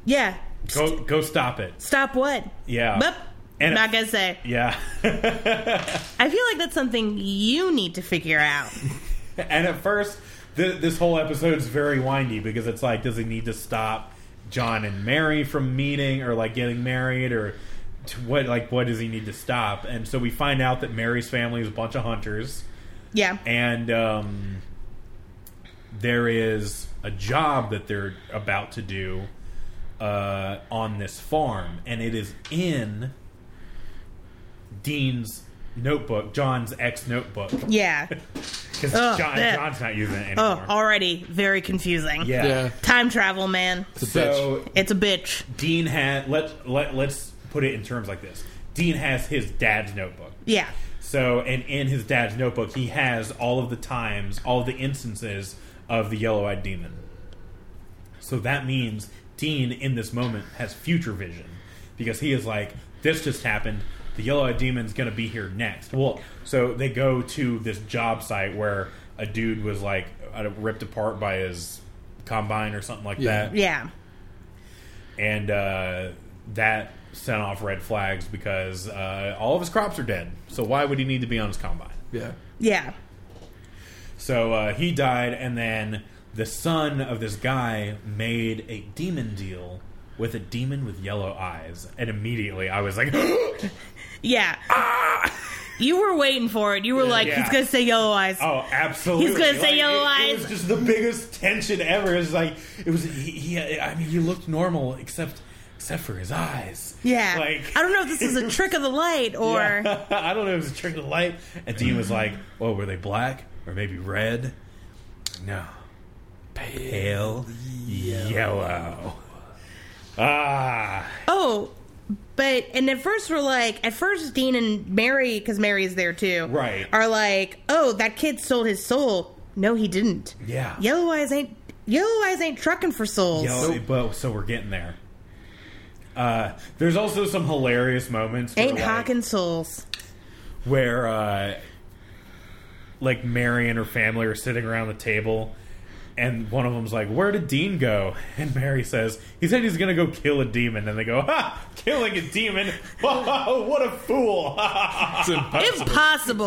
Yeah. Go go stop it. Stop what? Yeah. Bup. And- Not gonna say. Yeah. I feel like that's something you need to figure out. and at first, th- this whole episode's very windy because it's like, does he need to stop John and Mary from meeting or like getting married or to what? Like, what does he need to stop? And so we find out that Mary's family is a bunch of hunters, Yeah. and um, there is a job that they're about to do uh, on this farm, and it is in Dean's notebook, John's ex notebook. Yeah. Because Ugh, John, Oh, that- John's not using it Oh, anymore. already very confusing. yeah. Yeah. Time travel, man. It's a bitch. So It's a bitch. Dean had let let let's put it in terms like this. Dean has his dad's notebook. Yeah. So and in his dad's notebook, he has all of the times, all of the instances of the yellow-eyed demon. So that means Dean in this moment has future vision because he is like, this just happened. The yellow-eyed demon's gonna be here next. Well, so they go to this job site where a dude was like uh, ripped apart by his combine or something like Yeah. that Yeah. and uh, that sent off red flags because uh, all of his crops are dead. So why would he need to be on his combine? Yeah. Yeah. So uh, he died, and then the son of this guy made a demon deal with a demon with yellow eyes, and immediately I was like, "Oh, Yeah. You were waiting for it. You were like, Ah! Yeah. Oh, he's gonna say yellow eyes. absolutely!" He's gonna say Like, yellow it, eyes. It was just the biggest tension ever. It was like it was. He, he, I mean, he looked normal except except for his eyes. yeah. Like I don't know if this is a trick of the light or Yeah. I don't know if it was a trick of the light. And Dean was like, "Well, were they black or maybe red? No, pale yellow." Ah, oh. But and at first we're like, at first Dean and Mary, because Mary is there too, Right. Are like, oh, that kid sold his soul. No, he didn't. Yeah. Yellow eyes ain't yellow eyes ain't trucking for souls. yellow. But so we're getting there. Uh, there's also some hilarious moments. Where, Ain't like, hawking souls. where uh, like Mary and her family are sitting around the table, and one of them's like, "Where did Dean go?" And Mary says, "He said he's gonna go kill a demon." And they go, "Ha! Killing a demon! what a fool!" It's impossible. Impossible.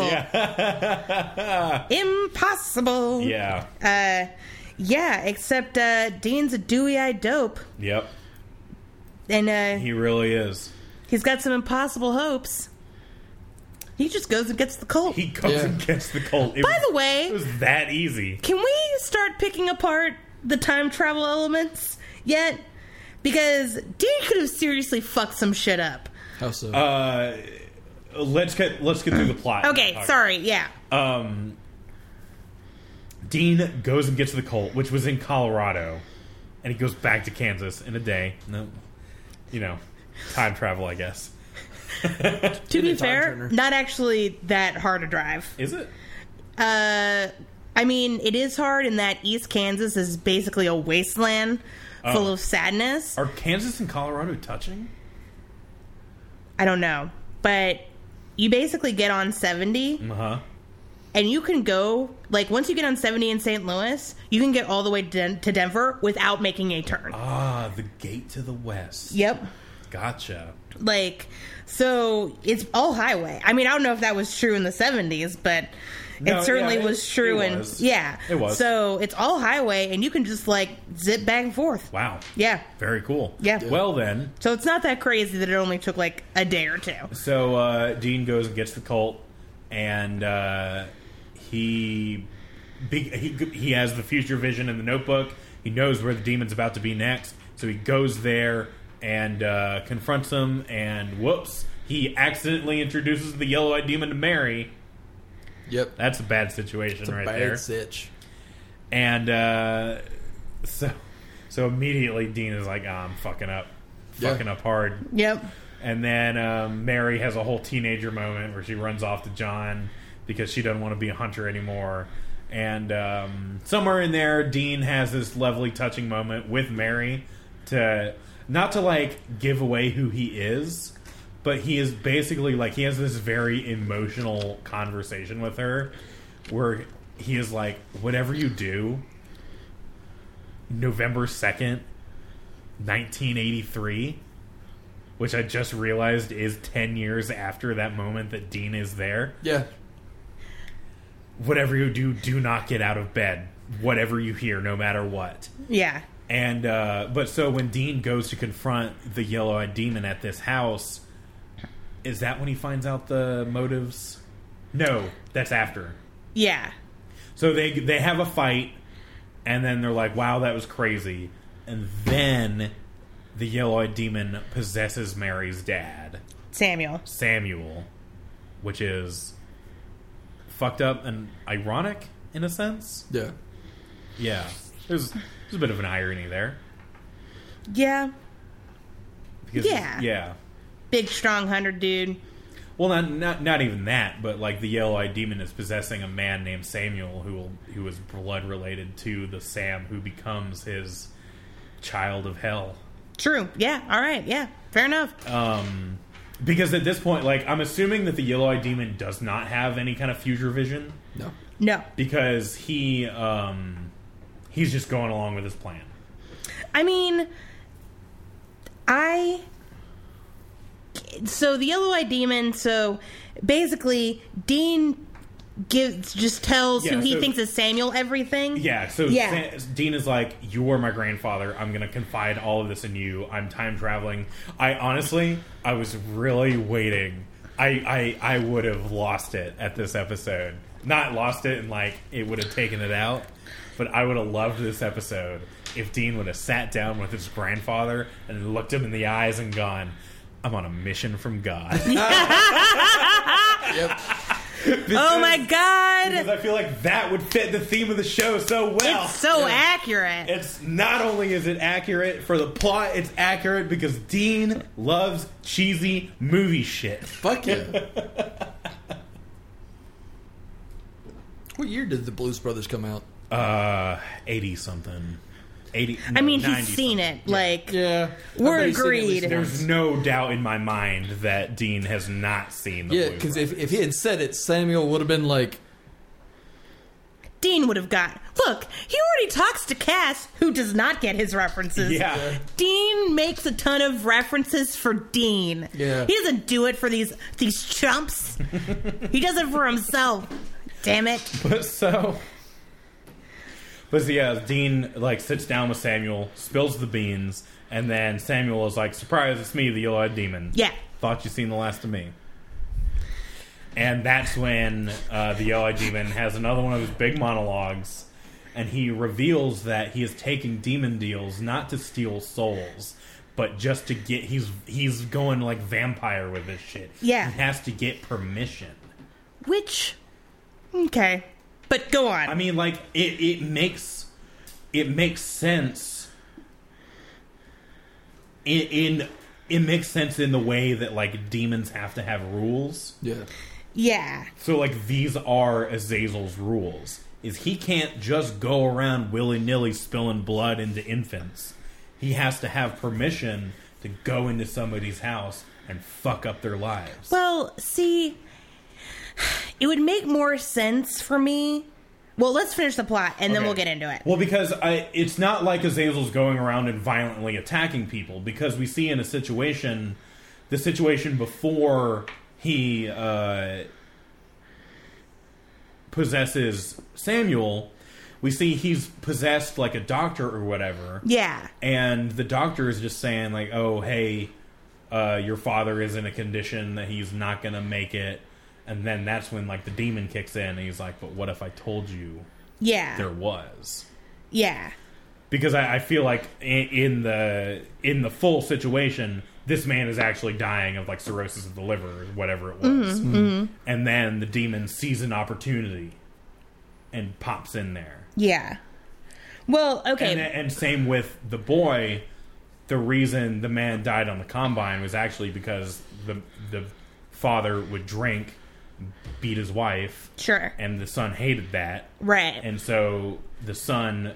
Impossible. yeah. Uh, yeah, except uh, Dean's a dewy eyed dope. Yep. And uh, He really is. he's got some impossible hopes. He just goes and gets the cult. He comes Yeah. and gets the cult. It By was- the way- it was that easy. Can we start picking apart the time travel elements yet? Because Dean could have seriously fucked some shit up. How so? Uh, let's get let's get through the plot. Okay, sorry, yeah. um, Dean goes and gets the Colt, which was in Colorado, and he goes back to Kansas in a day. No, you know, time travel, I guess. to be a time fair, turner. not actually that hard to drive. Is it? Uh, I mean, it is hard in that East Kansas is basically a wasteland full Oh. of sadness. Are Kansas and Colorado touching? I don't know, but you basically get on 70 Uh huh. and you can go like once you get on 70 in St. Louis, you can get all the way to, Den- to Denver without making a turn. Ah, the gate to the west. Yep. Gotcha. Like so it's all highway. I mean, I don't know if that was true in the 70s, but No, it certainly yeah, it- was true it and was. yeah. It was. So it's all highway and you can just like zip back and forth. Wow. Yeah. Very cool. Yeah. Yeah. Well then, So it's not that crazy that it only took like a day or two. So uh, Dean goes and gets the Colt, and uh, he big, he he has the future vision in the notebook. He knows where the demon's about to be next, so he goes there and uh, confronts him. And whoops, He accidentally introduces the yellow eyed demon to Mary. Yep. That's a bad situation It's a right bad there. sitch. And uh, so, so immediately Dean is like, "Ah, "I'm fucking up, Yeah. fucking up hard." Yep. And then um, Mary has a whole teenager moment where she runs off to John because she doesn't want to be a hunter anymore. And um, somewhere in there, Dean has this lovely, touching moment with Mary to not to like give away who he is, but he is basically like he has this very emotional conversation with her where he is like, whatever you do, November 2nd, 1983 which I just realized is 10 years after that moment that Dean is there. Yeah. Whatever you do, do not get out of bed. Whatever you hear, no matter what. Yeah. And, uh, but so when Dean goes to confront the yellow eyed demon at this house, is that when he finds out the motives? No, that's after. Yeah. So they they have a fight, and then they're like, "Wow, that was crazy." And then the yellow-eyed demon possesses Mary's dad. Samuel. Samuel, which is fucked up and ironic in a sense. Yeah. Yeah, there's there's a bit of an irony there. Yeah. Because Yeah. yeah. Big strong hunter dude. Well, not not not even that, but like the yellow-eyed demon is possessing a man named Samuel who will, who is blood related to the Sam who becomes his child of hell. True. Yeah. All right. Yeah. Fair enough. Um, because at this point, like I'm assuming that the yellow-eyed demon does not have any kind of future vision. No. no. because he um he's just going along with his plan. I mean, I. So the yellow eyed demon. So basically, Dean gives just tells who Yeah, he so- thinks is Samuel everything. Yeah, so Yeah. Sa- Dean is like, "You are my grandfather. I'm going to confide all of this in you. I'm time traveling." I honestly, I was really waiting. I I I would have lost it at this episode. Not lost it and like it would have taken it out, but I would have loved this episode if Dean would have sat down with his grandfather and looked him in the eyes and gone, "I'm on a mission from God." Yep. Oh my Because god! I feel like that would fit the theme of the show so well. It's so accurate. It's not only is it accurate for the plot, it's accurate because Dean loves cheesy movie shit. Fuck yeah. what year did the Blues Brothers come out? Uh, eighty something, eighty. I mean, he's seen it. Like, Yeah. We're I've seen it at least agreed. once. There's no doubt in my mind that Dean has not seen the Yeah, Blues because if, Brothers. if he had said it, Samuel would have been like, Dean would have got. Look, he already talks to Cass, who does not get his references. yeah, Dean makes a ton of references for Dean. Yeah. He doesn't do it for these these chumps. he does it for himself. Damn it. but so, but so, yeah, Dean like sits down with Samuel, spills the beans, and then Samuel is like, "Surprise, it's me, the yellow-eyed demon." Yeah. Thought you seen the last of me. And that's when uh, the yellow demon has another one of his big monologues, and he reveals that he is taking demon deals not to steal souls, but just to get he's he's going like vampire with this shit. Yeah. he has to get permission. Which okay. But go on. I mean, like it it makes it makes sense. In, in it makes sense in the way that like demons have to have rules. yeah, yeah. So like these are Azazel's rules. Is he can't just go around willy nilly spilling blood into infants. He has to have permission to go into somebody's house and fuck up their lives. Well, see it would make more sense for me. Well, let's finish the plot and then Okay. we'll get into it. Well, because I, it's not like Azazel's going around and violently attacking people, because we see in a situation, the situation before he uh, possesses Samuel, we see he's possessed like a doctor or whatever yeah. and the doctor is just saying like oh hey uh, your father is in a condition that he's not gonna make it and then that's when like the demon Ah. kicks in and he's like but what if i told you Yeah. there was Yeah. because I, I feel like in, in the in the full situation, this man is actually dying of like cirrhosis of the liver, or whatever it was, and then the demon sees an opportunity and pops in there. Yeah. Well, okay. And, and same with the boy. The reason the man died on the combine was actually because the the father would drink, beat his wife, sure. and the son hated that, right. and so the son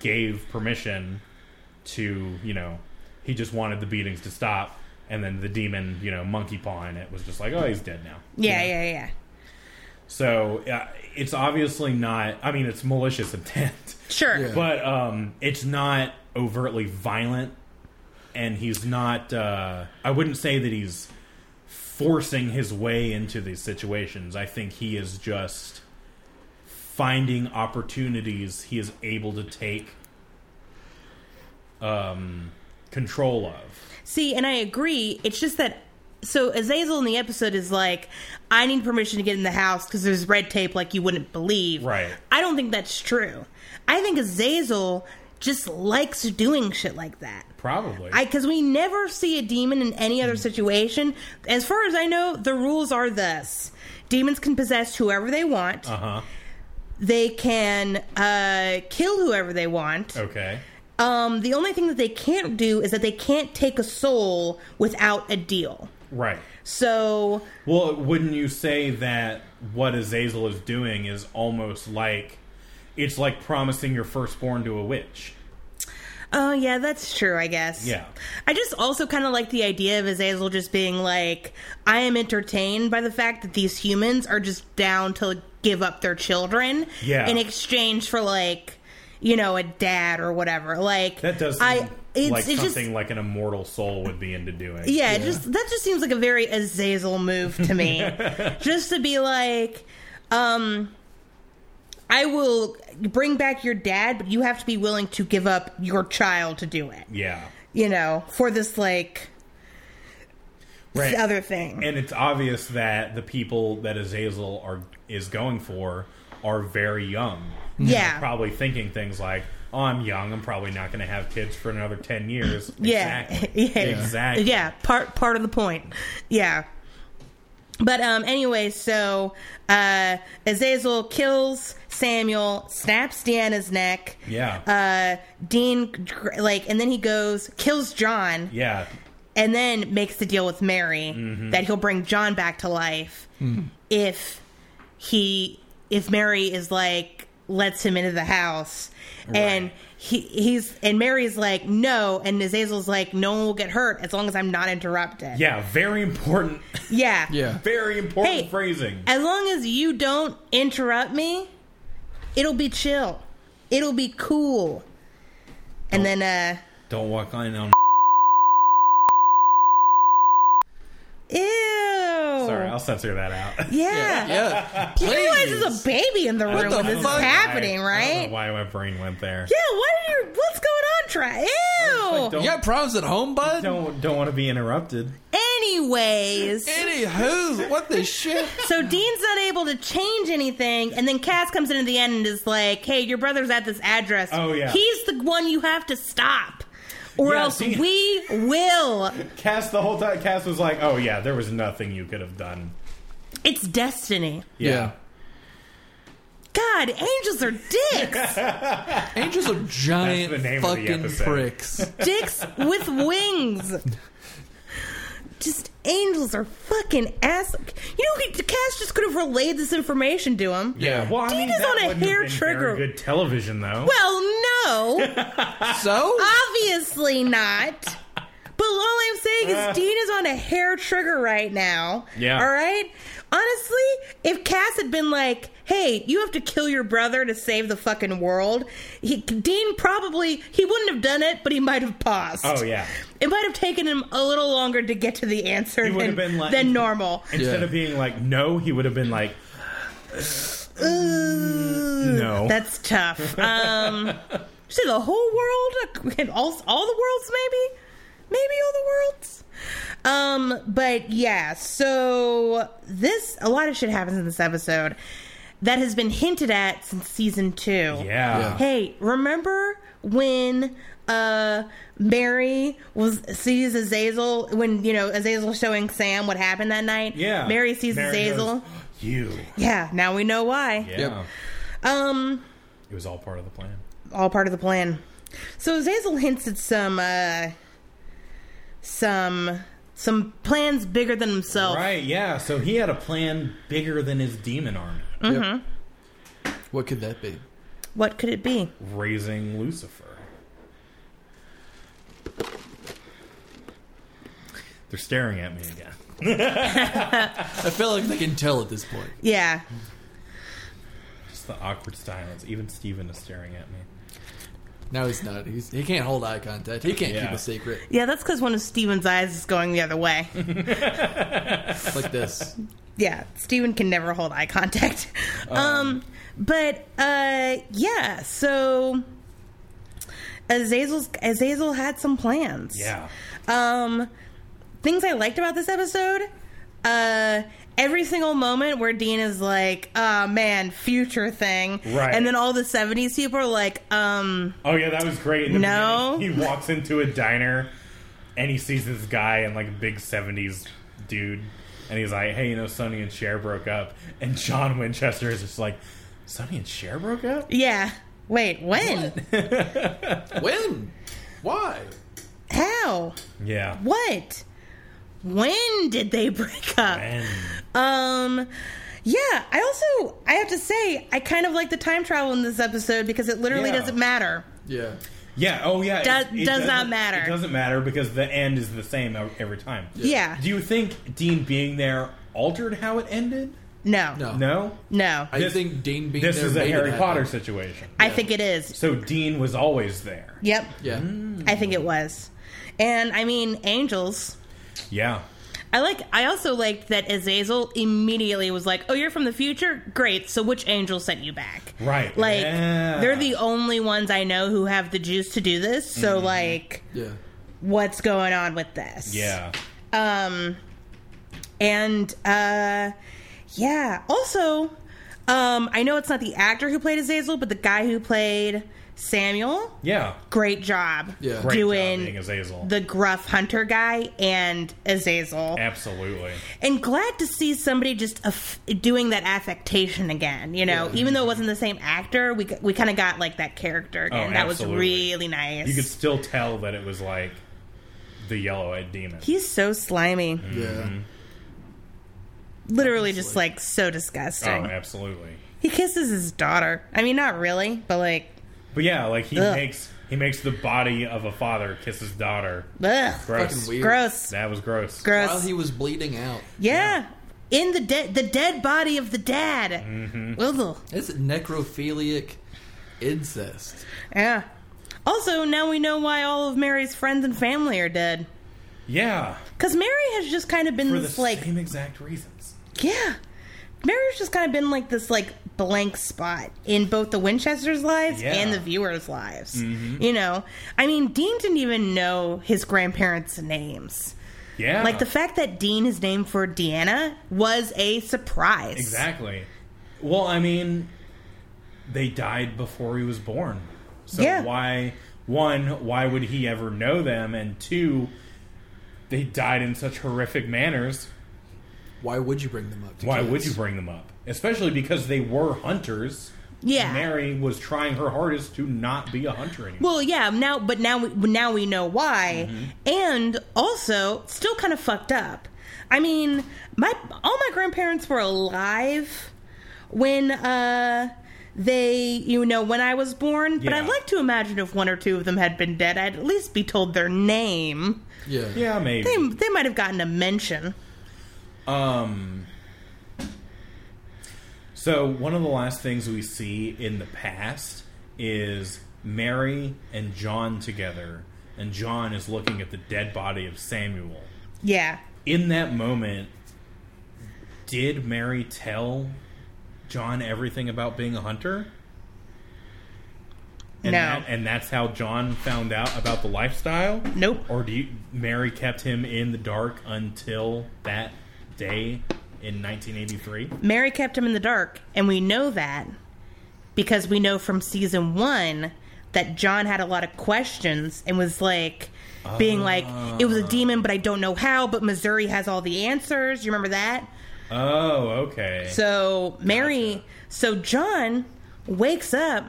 gave permission to you know he just wanted the beatings to stop, and then the demon you know monkey pawing it was just like oh he's dead now. yeah, yeah, yeah. So uh, it's obviously not. I mean it's malicious intent. Sure. Yeah. but um, it's not overtly violent, and he's not. Uh, I wouldn't say that he's forcing his way into these situations. I think he is just finding opportunities he is able to take um, control of. See, and I agree. It's just that. So Azazel in the episode is like, I need permission to get in the house because there's red tape like you wouldn't believe. Right. I don't think that's true. I think Azazel just likes doing shit like that. Probably. I because we never see a demon in any other situation. As far as I know, the rules are thus: demons can possess whoever they want. uh huh. They can uh, kill whoever they want. Okay. Um, the only thing that they can't do is that they can't take a soul without a deal. Right. So Well, wouldn't you say that what Azazel is doing is almost like it's like promising your firstborn to a witch? Oh yeah, that's true. I guess. Yeah. I just also kind of like the idea of Azazel just being like, I am entertained by the fact that these humans are just down to give up their children. Yeah. In exchange for like, you know, a dad or whatever. Like That does I. seem It's, like it's just something like an immortal soul would be into doing. yeah, it just that just seems like a very Azazel move to me. just to be like, um, I will bring back your dad, but you have to be willing to give up your child to do it. Yeah. You know, for this like Right. other thing. and it's obvious that the people that Azazel are is going for are very young. yeah. Probably thinking things like, "Oh, I'm young. I'm probably not going to have kids for another 10 years." Yeah. Exactly. yeah. Exactly. Yeah, part part of the point. Yeah. But um anyway, so uh Azazel kills Samuel, snaps Deanna's neck. Yeah. Uh Dean like and then he goes kills John yeah. Mm-hmm. and then makes the deal with Mary that he'll bring John back to life if he if Mary is like lets him into the house and he he's and Mary's like no and Azazel's like no one will get hurt as long as I'm not interrupted. Yeah, very important Yeah. Yeah. very important Hey. phrasing. As long as you don't interrupt me, it'll be chill. It'll be cool. And then uh Don't walk in on ew. Oh. Sorry, I'll censor that out. yeah. Yeah. You realize Please. there's a baby in the room the when this fuck? is happening, I- I don't right? know why my brain went there. Yeah, what are you? What's going on, Try? Ew. Like, don't, You got problems at home, bud? don't don't want to be interrupted. Anyways, Anywho, what the shit? so Dean's not able to change anything, and then Cass comes in at the end and is like, "Hey, your brother's at this address. Oh, yeah. he's the one you have to stop, or Yeah, else Dean- we will." Cass the whole time. Cass was like, "Oh yeah, there was nothing you could have done." It's destiny. Yeah. God, angels are dicks, Angels are giant That's the name of the fucking episode. pricks. dicks with wings. Just angels are fucking ass. You know, he- Cass just could have relayed this information to him. Yeah. Well, I Dean mean, is that on a wouldn't have hair been trigger. Very good television, though. Well, no. So? Uh, Obviously not. But all I'm saying is Dean is on a hair trigger right now. Uh. Yeah. All right? Honestly, if Cass had been like, hey, you have to kill your brother to save the fucking world, he, Dean probably, he wouldn't have done it, but he might have paused. oh yeah. It might have taken him a little longer to get to the answer He would than, have been like- than normal. Instead Yeah. of being like no, he would have been like no. That's tough. Um, say the whole world, And all all the worlds, maybe, maybe all the worlds. Um, but yeah. So this a lot of shit happens in this episode that has been hinted at since season two. yeah. Yeah. Hey, remember when uh Mary was sees Azazel when you know Azazel showing Sam what happened that night. Yeah. Mary sees Azazel. goes, you. yeah, now we know why. Yeah. Yep. Um It was all part of the plan. all part of the plan. So Zazel hints at some uh some some plans bigger than himself. Right, yeah. So he had a plan bigger than his demon army. mm-hmm. Yep. What could that be? What could it be? Raising Lucifer. They're staring at me again. I feel like they can tell at this point. Yeah. Just the awkward silence. Even Steven is staring at me. No, he's not. He's, he can't hold eye contact. He can't Yeah. keep a secret Yeah, that's because one of Steven's eyes is going the other way. like this. yeah, Steven can never hold eye contact. Um, but uh yeah, so Azazel's Azazel had some plans. Yeah. Um, things I liked about this episode. Uh, every single moment where Dean is like, "Oh man, future thing," Right. and then all the '70s people are like, "Um, Oh yeah, that was great. In the No. beginning, he walks into a diner and he sees this guy and like a big seventies dude, and he's like, "Hey, you know, Sonny and Cher broke up," and John Winchester is just like, "Sonny and Cher broke up." yeah, wait, when? when? Why? How? Yeah. What? When did they break up?" And Um, yeah, I also I have to say I kind of like the time travel in this episode because it literally Yeah. doesn't matter. Yeah. yeah, oh yeah, it- Does- it does not doesn't- matter. It doesn't matter because the end is the same ev- every time. Yeah. Do you think Dean being there altered how it ended? No. No. No. No. I This- think Dean being This there is a made it Harry happen. Potter situation. I think it is. So Dean was always there. Yep. Yeah. Mm-hmm. I think it was. And I mean, angels. Yeah. I like. I also liked that Azazel immediately was like, "Oh, you're from the future. Great. So which angel sent you back? Right. Like Yeah. they're the only ones I know who have the juice to do this. So Mm-hmm. like, Yeah. what's going on with this? Yeah. Um, and uh, yeah. Also, um, I know it's not the actor who played Azazel, but the guy who played Samuel. Yeah. Great job. Yeah. Great doing job being Azazel. the gruff hunter guy and Azazel. Absolutely. And glad to see somebody just aff- doing that affectation again. You know, Yeah. even though it wasn't the same actor, we we kind of got like that character again. that was absolutely. really nice. You could still tell that it was like the yellow eyed demon. He's so slimy. Mm-hmm. Mm-hmm. Yeah. Literally just like so oh, disgusting. absolutely. He kisses his daughter. I mean, not really, but like, But yeah, like he Ugh. makes he makes the body of a father kiss his daughter. ugh. Gross. Fucking weird. Gross. That was gross. Gross. While he was bleeding out. yeah. In the dead, the dead body of the dad. Ugh. It's necrophilic incest. Yeah. Also, now we know why all of Mary's friends and family are dead. Yeah, Because Mary has just kind of been for the this, like, same exact reasons. yeah. Mary's just kind of been, like, this, like, blank spot in both the Winchester's lives Yeah. Mm-hmm. and the viewers' lives. You know? I mean, Dean didn't even know his grandparents' names. Yeah, Like, the fact that Dean is named for Deanna was a surprise. exactly. Well, I mean, they died before he was born. So Yeah. why one why would he ever know them? And two, they died in such horrific manners. Why would you bring them up? To Why kids? would you bring them up? Especially because they were hunters. Yeah. Mary was trying her hardest to not be a hunter anymore. Well, yeah, now but now we now we know why, and also still kind of fucked up. I mean, my all my grandparents were alive when uh they you know when I was born, but I Yeah. like to imagine if one or two of them had been dead, I'd at least be told their name. Yeah. yeah, maybe. They, they might have gotten a mention. Um. So one of the last things we see in the past is Mary and John together, and John is looking at the dead body of Samuel. Yeah. In that moment, did Mary tell John everything about being a hunter? And No. that, and that's how John found out about the lifestyle. Nope. Or do you, Mary kept him in the dark until that day in 1983? Mary kept him in the dark, and we know that because we know from season one that John had a lot of questions and was like being like it was a demon but I don't know how but Missouri has all the answers you remember that Oh, okay. so Mary so John wakes up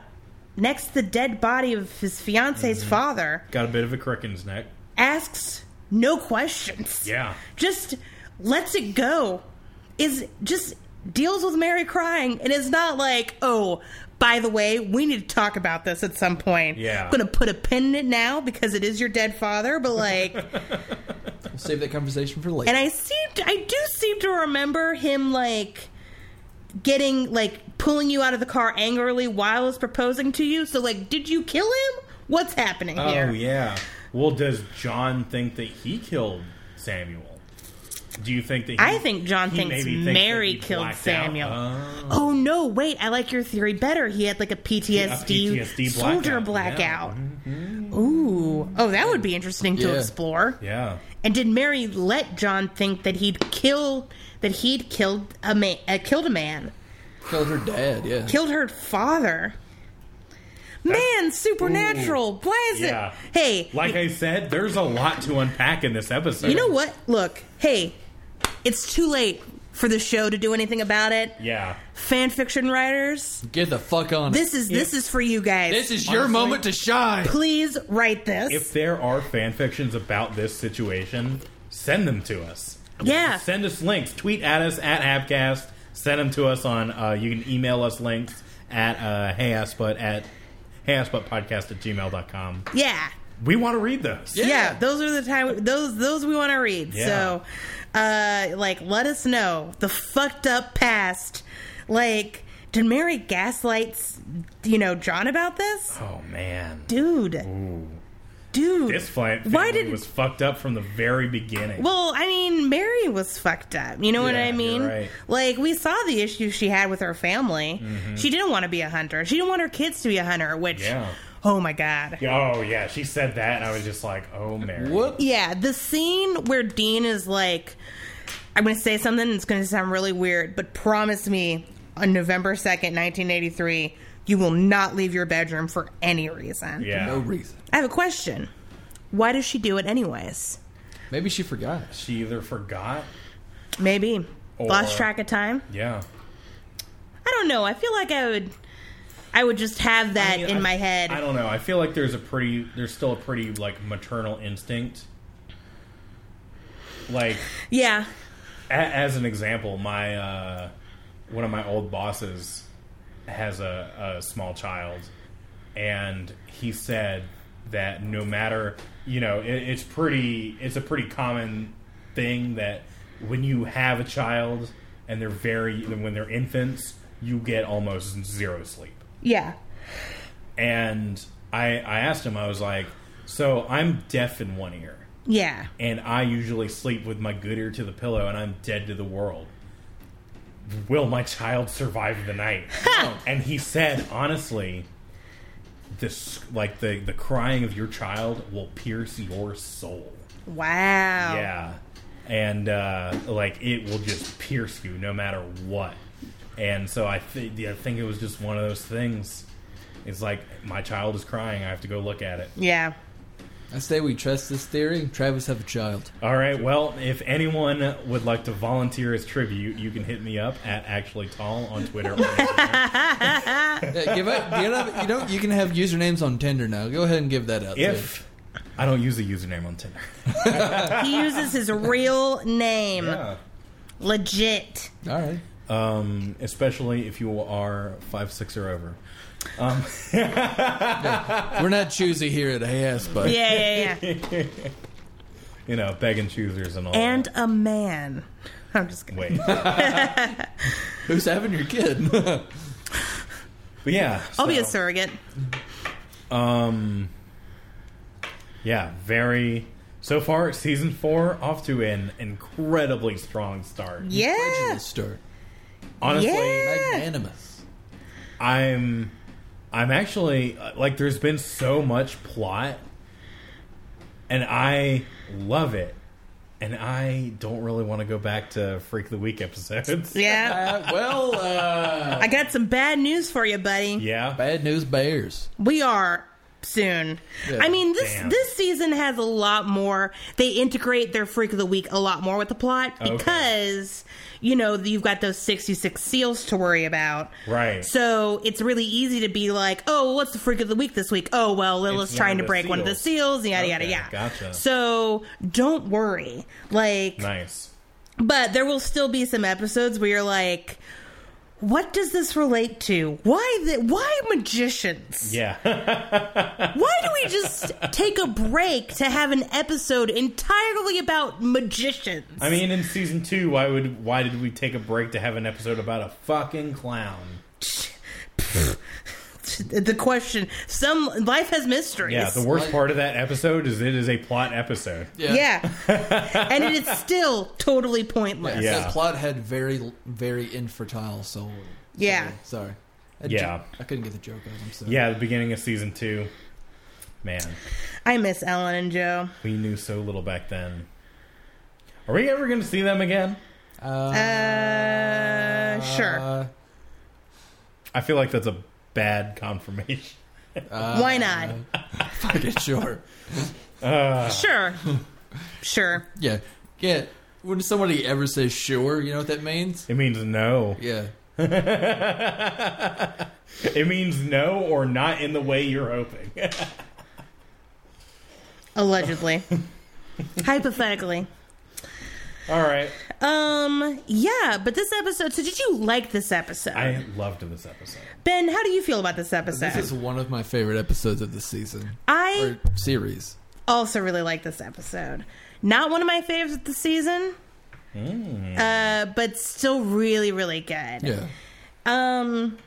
next to the dead body of his fiance's father Got a bit of a crick in his neck. asks no questions Yeah. just lets it go is just deals with mary crying and is not like oh by the way we need to talk about this at some point Yeah. i'm gonna put a pin in it now because it is your dead father but like We'll save that conversation for later. and i seem to, i do seem to remember him like getting like pulling you out of the car angrily while I was proposing to you so like did you kill him what's happening here Oh yeah. Well, does John think that he killed Samuel? Do you think that he, I think John he thinks maybe that Mary he killed blacked out? Samuel. Oh. Oh no! Wait, I like your theory better. He had like a PTSD, A PTSD soldier blackout, yeah. Mm-hmm. blackout. Ooh, oh, that would be interesting to Yeah. explore. Yeah. And did Mary let John think that he'd kill that he'd killed a man, uh, killed a man, Killed her dad. Yeah. killed her father? Man, supernatural. Why is Yeah. it? Hey, Like I said, there's a lot to unpack in this episode. you know what? Look, hey, it's too late for the show to do anything about it. Yeah. Fan fiction writers, Get the fuck on. it. this is this is for you guys. This is your moment to shine. please write this. If there are fan fictions about this situation, send them to us. yeah. Send us links. Tweet at us at Habcast. Send them to us on. Uh, you can email us links at uh, heyasput at heyasputpodcast at gmail.com. yeah. We want to read those. Yeah. Those are the time those those we want to read. So uh like let us know the fucked up past. Like did Mary gaslights you know John about this? Oh man, Dude. Dude. this fight Why did was fucked up from the very beginning. Well, I mean, Mary was fucked up. You know what Yeah, I you're mean? right. Like we saw the issue she had with her family. She didn't want to be a hunter. She didn't want her kids to be a hunter, which Mm-hmm. Yeah. oh my god. oh yeah, she said that, and I was just like, oh Mary. What? Yeah, the scene where Dean is like, I'm going to say something that's going to sound really weird, but promise me on November 2nd, 1983, you will not leave your bedroom for any reason. Yeah, No reason. I have a question. Why does she do it anyways? Maybe she forgot. she either forgot. Maybe. Or- Lost track of time? Yeah, I don't know. I feel like I would. I would just have that I mean, in I- my head. I don't know. I feel like there's a pretty, there's still a pretty like maternal instinct. Like yeah. a- as an example, my uh, one of my old bosses has a, a small child, and he said that no matter you know it, it's pretty it's a pretty common thing that when you have a child and they're very when they're infants you get almost zero sleep Yeah. and I I asked him I was like so I'm deaf in one ear Yeah. and I usually sleep with my good ear to the pillow and I'm dead to the world. Will my child survive the night? and he said, honestly, this like the the crying of your child will pierce your soul. Wow. Yeah. And uh, like it will just pierce you no matter what. And so I think I think it was just one of those things. It's like my child is crying. I have to go look at it. Yeah. I say we trust this theory. Travis have a child. All right. Well, if anyone would like to volunteer as tribute, you can hit me up at actually tall on Twitter. or Instagram. Yeah, give up. Get up. You know you can have usernames on Tinder now. Go ahead and give that out. too. if I don't use a username on Tinder. He uses his real name. Yeah. Legit. all right. Um, especially if you are five six or over. We're not choosy here at AS, but Yeah. Yeah. Yeah. You know, begging choosers and all. and that. a man. I'm just kidding. wait, but who's having your kid? yeah, I'll be a so, surrogate. Yeah, very. So far, season four off to an incredibly strong start. Yeah. Start. Honestly, Yeah. Magnanimous. I'm I'm actually like there's been so much plot and I love it. And I don't really want to go back to Freak of the Week episodes. Yeah. Uh, well, uh, I got some bad news for you, buddy. Oh. Yeah. bad news bears. We are soon. Yeah. I mean, this Damn. this season has a lot more. They integrate their freak of the week a lot more with the plot Okay. because you know you've got those sixty six seals to worry about. Right. So it's really easy to be like, oh, what's the freak of the week this week? Oh, well, Lila's It's one trying to of the break one of the seals, yada yada Okay, yada. gotcha. So don't worry, like, Nice. but there will still be some episodes where you're like. What does this relate to? Why the, why magicians? Yeah. Why do we just take a break to have an episode entirely about magicians? I mean, in season two, why would why did we take a break to have an episode about a fucking clown? the question. Some life has mysteries. Yeah. The worst part of that episode is it is a plot episode. Yeah. and it is still totally pointless. Yeah. That plot had very, very infertile soul. Yeah. Soul. Sorry. I Yeah. ju- I couldn't get the joke out. I'm sorry. Yeah. The beginning of season two. Man, I miss Ellen and Joe. we knew so little back then. Are we ever going to see them again? Uh, sure. Uh, I feel like that's a bad confirmation. Why not? fucking uh, sure. Uh. Sure. sure. Yeah. Yeah. When somebody ever says sure, you know what that means? It means no. Yeah. It means no or not in the way you're hoping. Allegedly. Hypothetically. All right. Um, yeah, but this episode, so did you like this episode? I loved this episode. ben, how do you feel about this episode? This is one of my favorite episodes of the season I or series. also really like this episode. Not one of my faves of the season, uh, but still really, really good. Mm. Yeah. Um,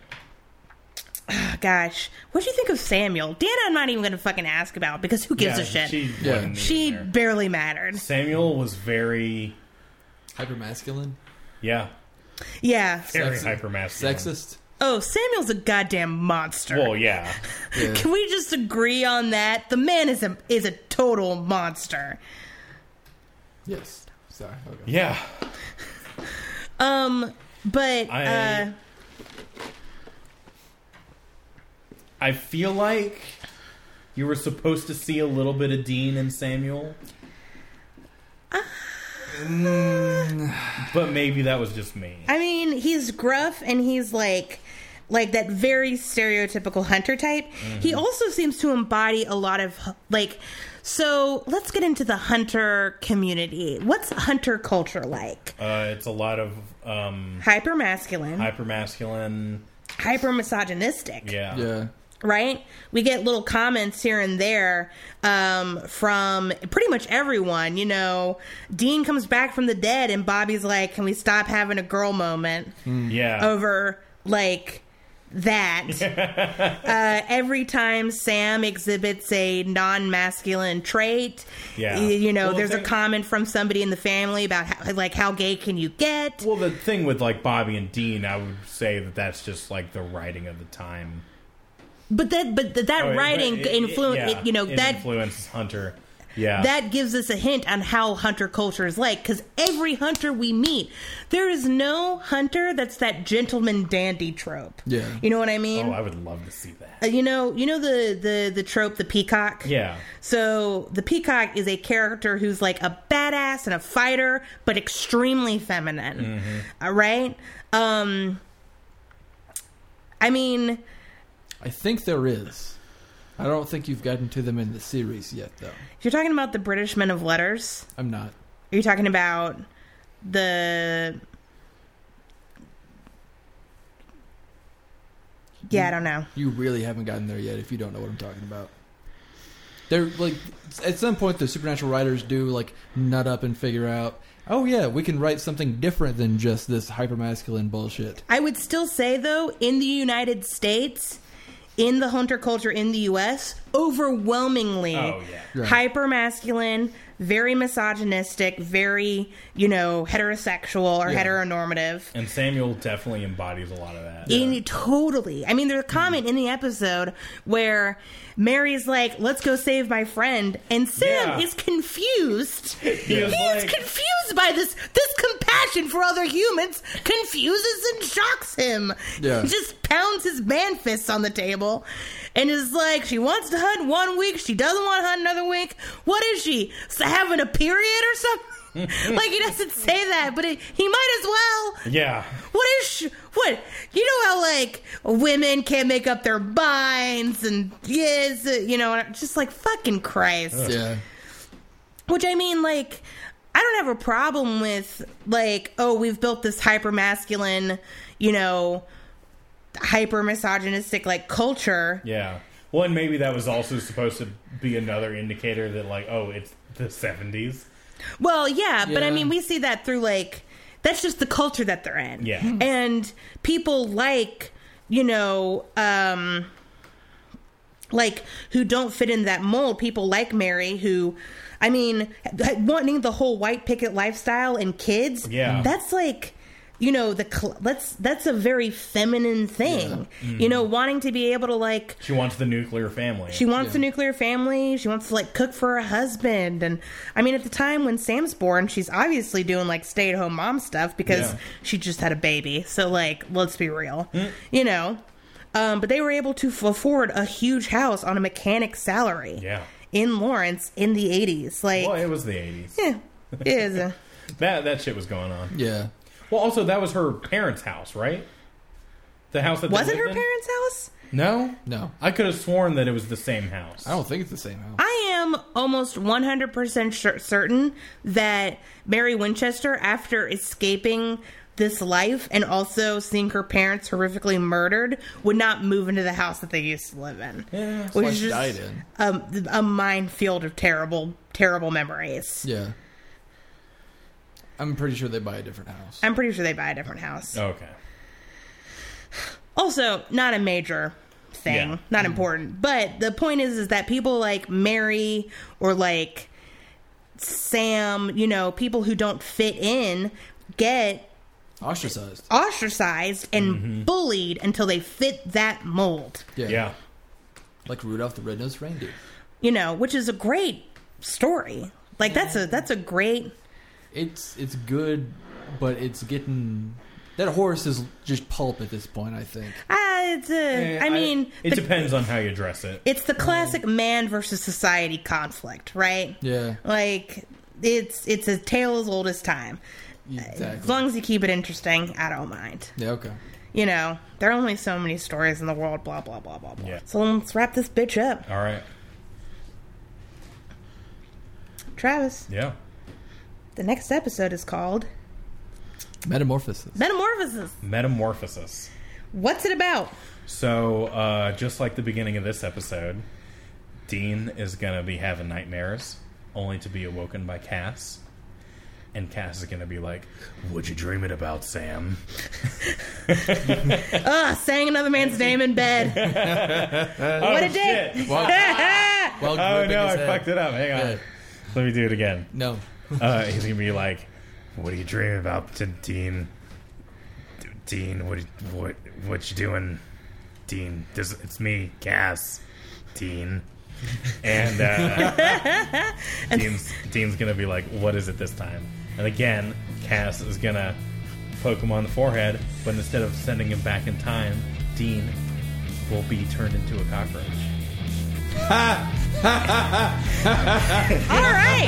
ah, gosh, what do you think of Samuel? Dana, I'm not even going to fucking ask about because who gives a shit? She, She, Yeah. wasn't even there. barely mattered. Samuel was very, Hyper masculine, yeah, Yeah. very Sexy. hypermasculine. sexist. Oh, Samuel's a goddamn monster. Well, yeah. Yeah. Can we just agree on that? The man is a is a total monster. yes. Sorry. Okay. Yeah. Um, but I- uh, I feel like you were supposed to see a little bit of Dean and Samuel. but maybe that was just me. I mean, he's gruff and he's like like that very stereotypical hunter type. He Mm-hmm. also seems to embody a lot of like so let's get into the hunter community. What's hunter culture like? Uh, it's a lot of um, Hyper masculine, hypermasculine. hyper misogynistic, Yeah. Yeah. right? We get little comments here and there um, from pretty much everyone. You know, Dean comes back from the dead and Bobby's like, "Can we stop having a girl moment?" Yeah. over like that. uh, every time Sam exhibits a non-masculine trait, Yeah. y- you know, Well, the there's a thing- comment from somebody in the family about how, like how gay can you get? Well, the thing with like Bobby and Dean, I would say that that's just like the writing of the time. But that but th- that Oh, it- writing it- it- influence, yeah, you know, it that influences Hunter. Yeah, that gives us a hint on how hunter culture is like because every hunter we meet there is no hunter that's that gentleman dandy trope Yeah. you know what i mean Oh, I would love to see that. Uh, you know you know the the the trope the peacock Yeah, So the peacock is a character who's like a badass and a fighter, but extremely feminine. Mm-hmm. All right. Um, I mean, I think there is. I don't think you've gotten to them in the series yet, though. you're talking about the British men of letters. I'm not. Are you talking about the? Yeah, I don't know. You really haven't gotten there yet if you don't know what I'm talking about. They're like at some point the supernatural writers do like nut up and figure out, oh yeah, we can write something different than just this hypermasculine bullshit. I would still say though, in the United States, in the hunter culture in the US, overwhelmingly Oh, yeah. Right. hyper masculine, very misogynistic, very, you know, heterosexual or Yeah. heteronormative. and Samuel definitely embodies a lot of that. In, totally. I mean, there's a comment Mm-hmm. in the episode where Mary's like, "Let's go save my friend," and Sam Yeah. is confused. He was He is like- confused confused by this. This compassion for other humans confuses and shocks him. Yeah. He just pounds his man fists on the table and is like, she wants to hunt one week, she doesn't want to hunt another week. What is she? s- Having a period or something? like, he doesn't say that, but it, he might as well. Yeah. What is sh- what? You know how like women can't make up their minds and yes, uh, you know, and I'm just like fucking Christ. Yeah. Which I mean, like, I don't have a problem with like, oh, we've built this hyper masculine, you know, hyper misogynistic like culture. Yeah. Well, and maybe that was also supposed to be another indicator that, like, oh, it's the 70s. Well, yeah, but I Yeah. mean, we see that through like that's just the culture that they're in. Yeah. and people like you know, um, like who don't fit in that mold. People like Mary who. I mean, wanting the whole white picket lifestyle and kids. Yeah. that's like, you know, the cl- that's that's a very feminine thing. Hmm. You know, wanting to be able to like She wants the nuclear family. she wants a nuclear family. She wants to like cook for her husband. And I mean, at the time when Sam's born, she's obviously doing like stay at home mom stuff because Yeah. Mm. she just had a baby. So, like, let's be real, you know? Um, but they were able to f- afford a huge house on a mechanic's salary yeah. in Lawrence in the 80s. Like, Well, it was the 80s. eh, it is. a- That, that shit was going on. Yeah. Well, also, that was her parents' house, right? The house that they was it her lived in? parents' house? No, No. I could have sworn that it was the same house. I don't think it's the same house. I am almost 100% cer- certain that Mary Winchester, after escaping this life and also seeing her parents horrifically murdered, would not move into the house that they used to live in. Yeah, that's which why is she just died in. um, a minefield of terrible, terrible memories. Yeah. I'm pretty sure they buy a different house. I'm pretty sure they buy a different house. Okay. also not a major thing Yeah. not important but the point is is that people like mary or like sam you know people who don't fit in get Ostracized. Oh. ostracized and bullied until they fit that mold Yeah. Yeah. Like Rudolph the Red-Nosed Reindeer. you know which is a great story like that's a that's a great It's it's good, but it's getting that horse is just pulp at this point. I think. ah, it's a, I mean Mm-hmm. it the- depends on how you dress it. it's the classic man versus society conflict right Yeah. like it's it's a tale as old as time As Exactly. long as you keep it interesting, I don't mind. Yeah. Okay. You know, there are only so many stories in the world, blah, blah, blah, blah, blah. Yeah. So let's wrap this bitch up. All right. Travis, Yeah. the next episode is called Metamorphosis. Metamorphosis. Metamorphosis. What's it about? So, uh, just like the beginning of this episode, Dean is gonna be having nightmares, only to be awoken by Cass. And Cass is gonna be like, "What'd you dream it about, Sam?" Ugh, saying another man's name in bed. what a day. Oh, shit. While Oh gripping no, his I head. fucked it up. Hang on. Yeah. Let me do it again. No. Uh, he's gonna be like, "What are you dreaming about, D- Dean? D- Dean, what what what you doing? Dean, this, it's me, Cass. Dean." And uh, Dean's Dean's gonna be like, "What is it this time?" And again, Cass is gonna poke him on the forehead, but instead of sending him back in time, Dean will be turned into a cockroach. All right.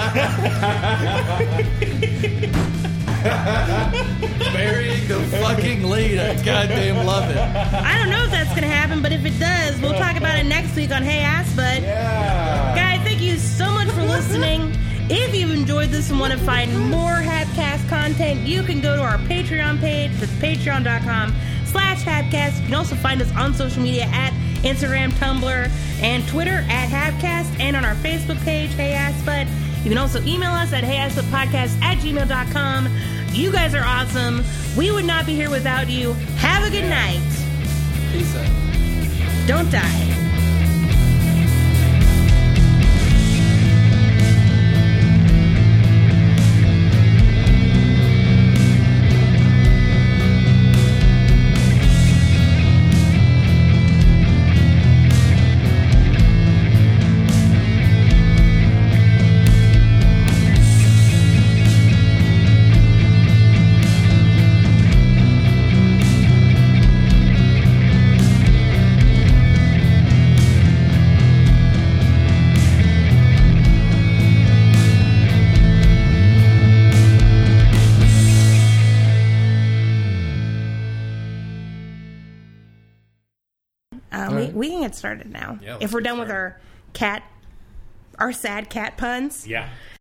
Burying the fucking lead. I goddamn love it. I don't know if that's going to happen, but if it does, we'll talk about it next week on Hey Ass Bud. Guys, thank you so much for listening. If you've enjoyed this and want to find more Habcast content, you can go to our Patreon page. That's patreon.com slash Habcast. You can also find us on social media at Instagram, Tumblr, and Twitter at Habcast, and on our Facebook page, Hey Ass Bud. You can also email us at heyassbudpodcast at gmail.com. You guys are awesome. We would not be here without you. Have a good night. Peace out. Don't die. Uh, we can get started now. Yeah, let's if we're get done with started. our cat, our sad cat puns. Yeah.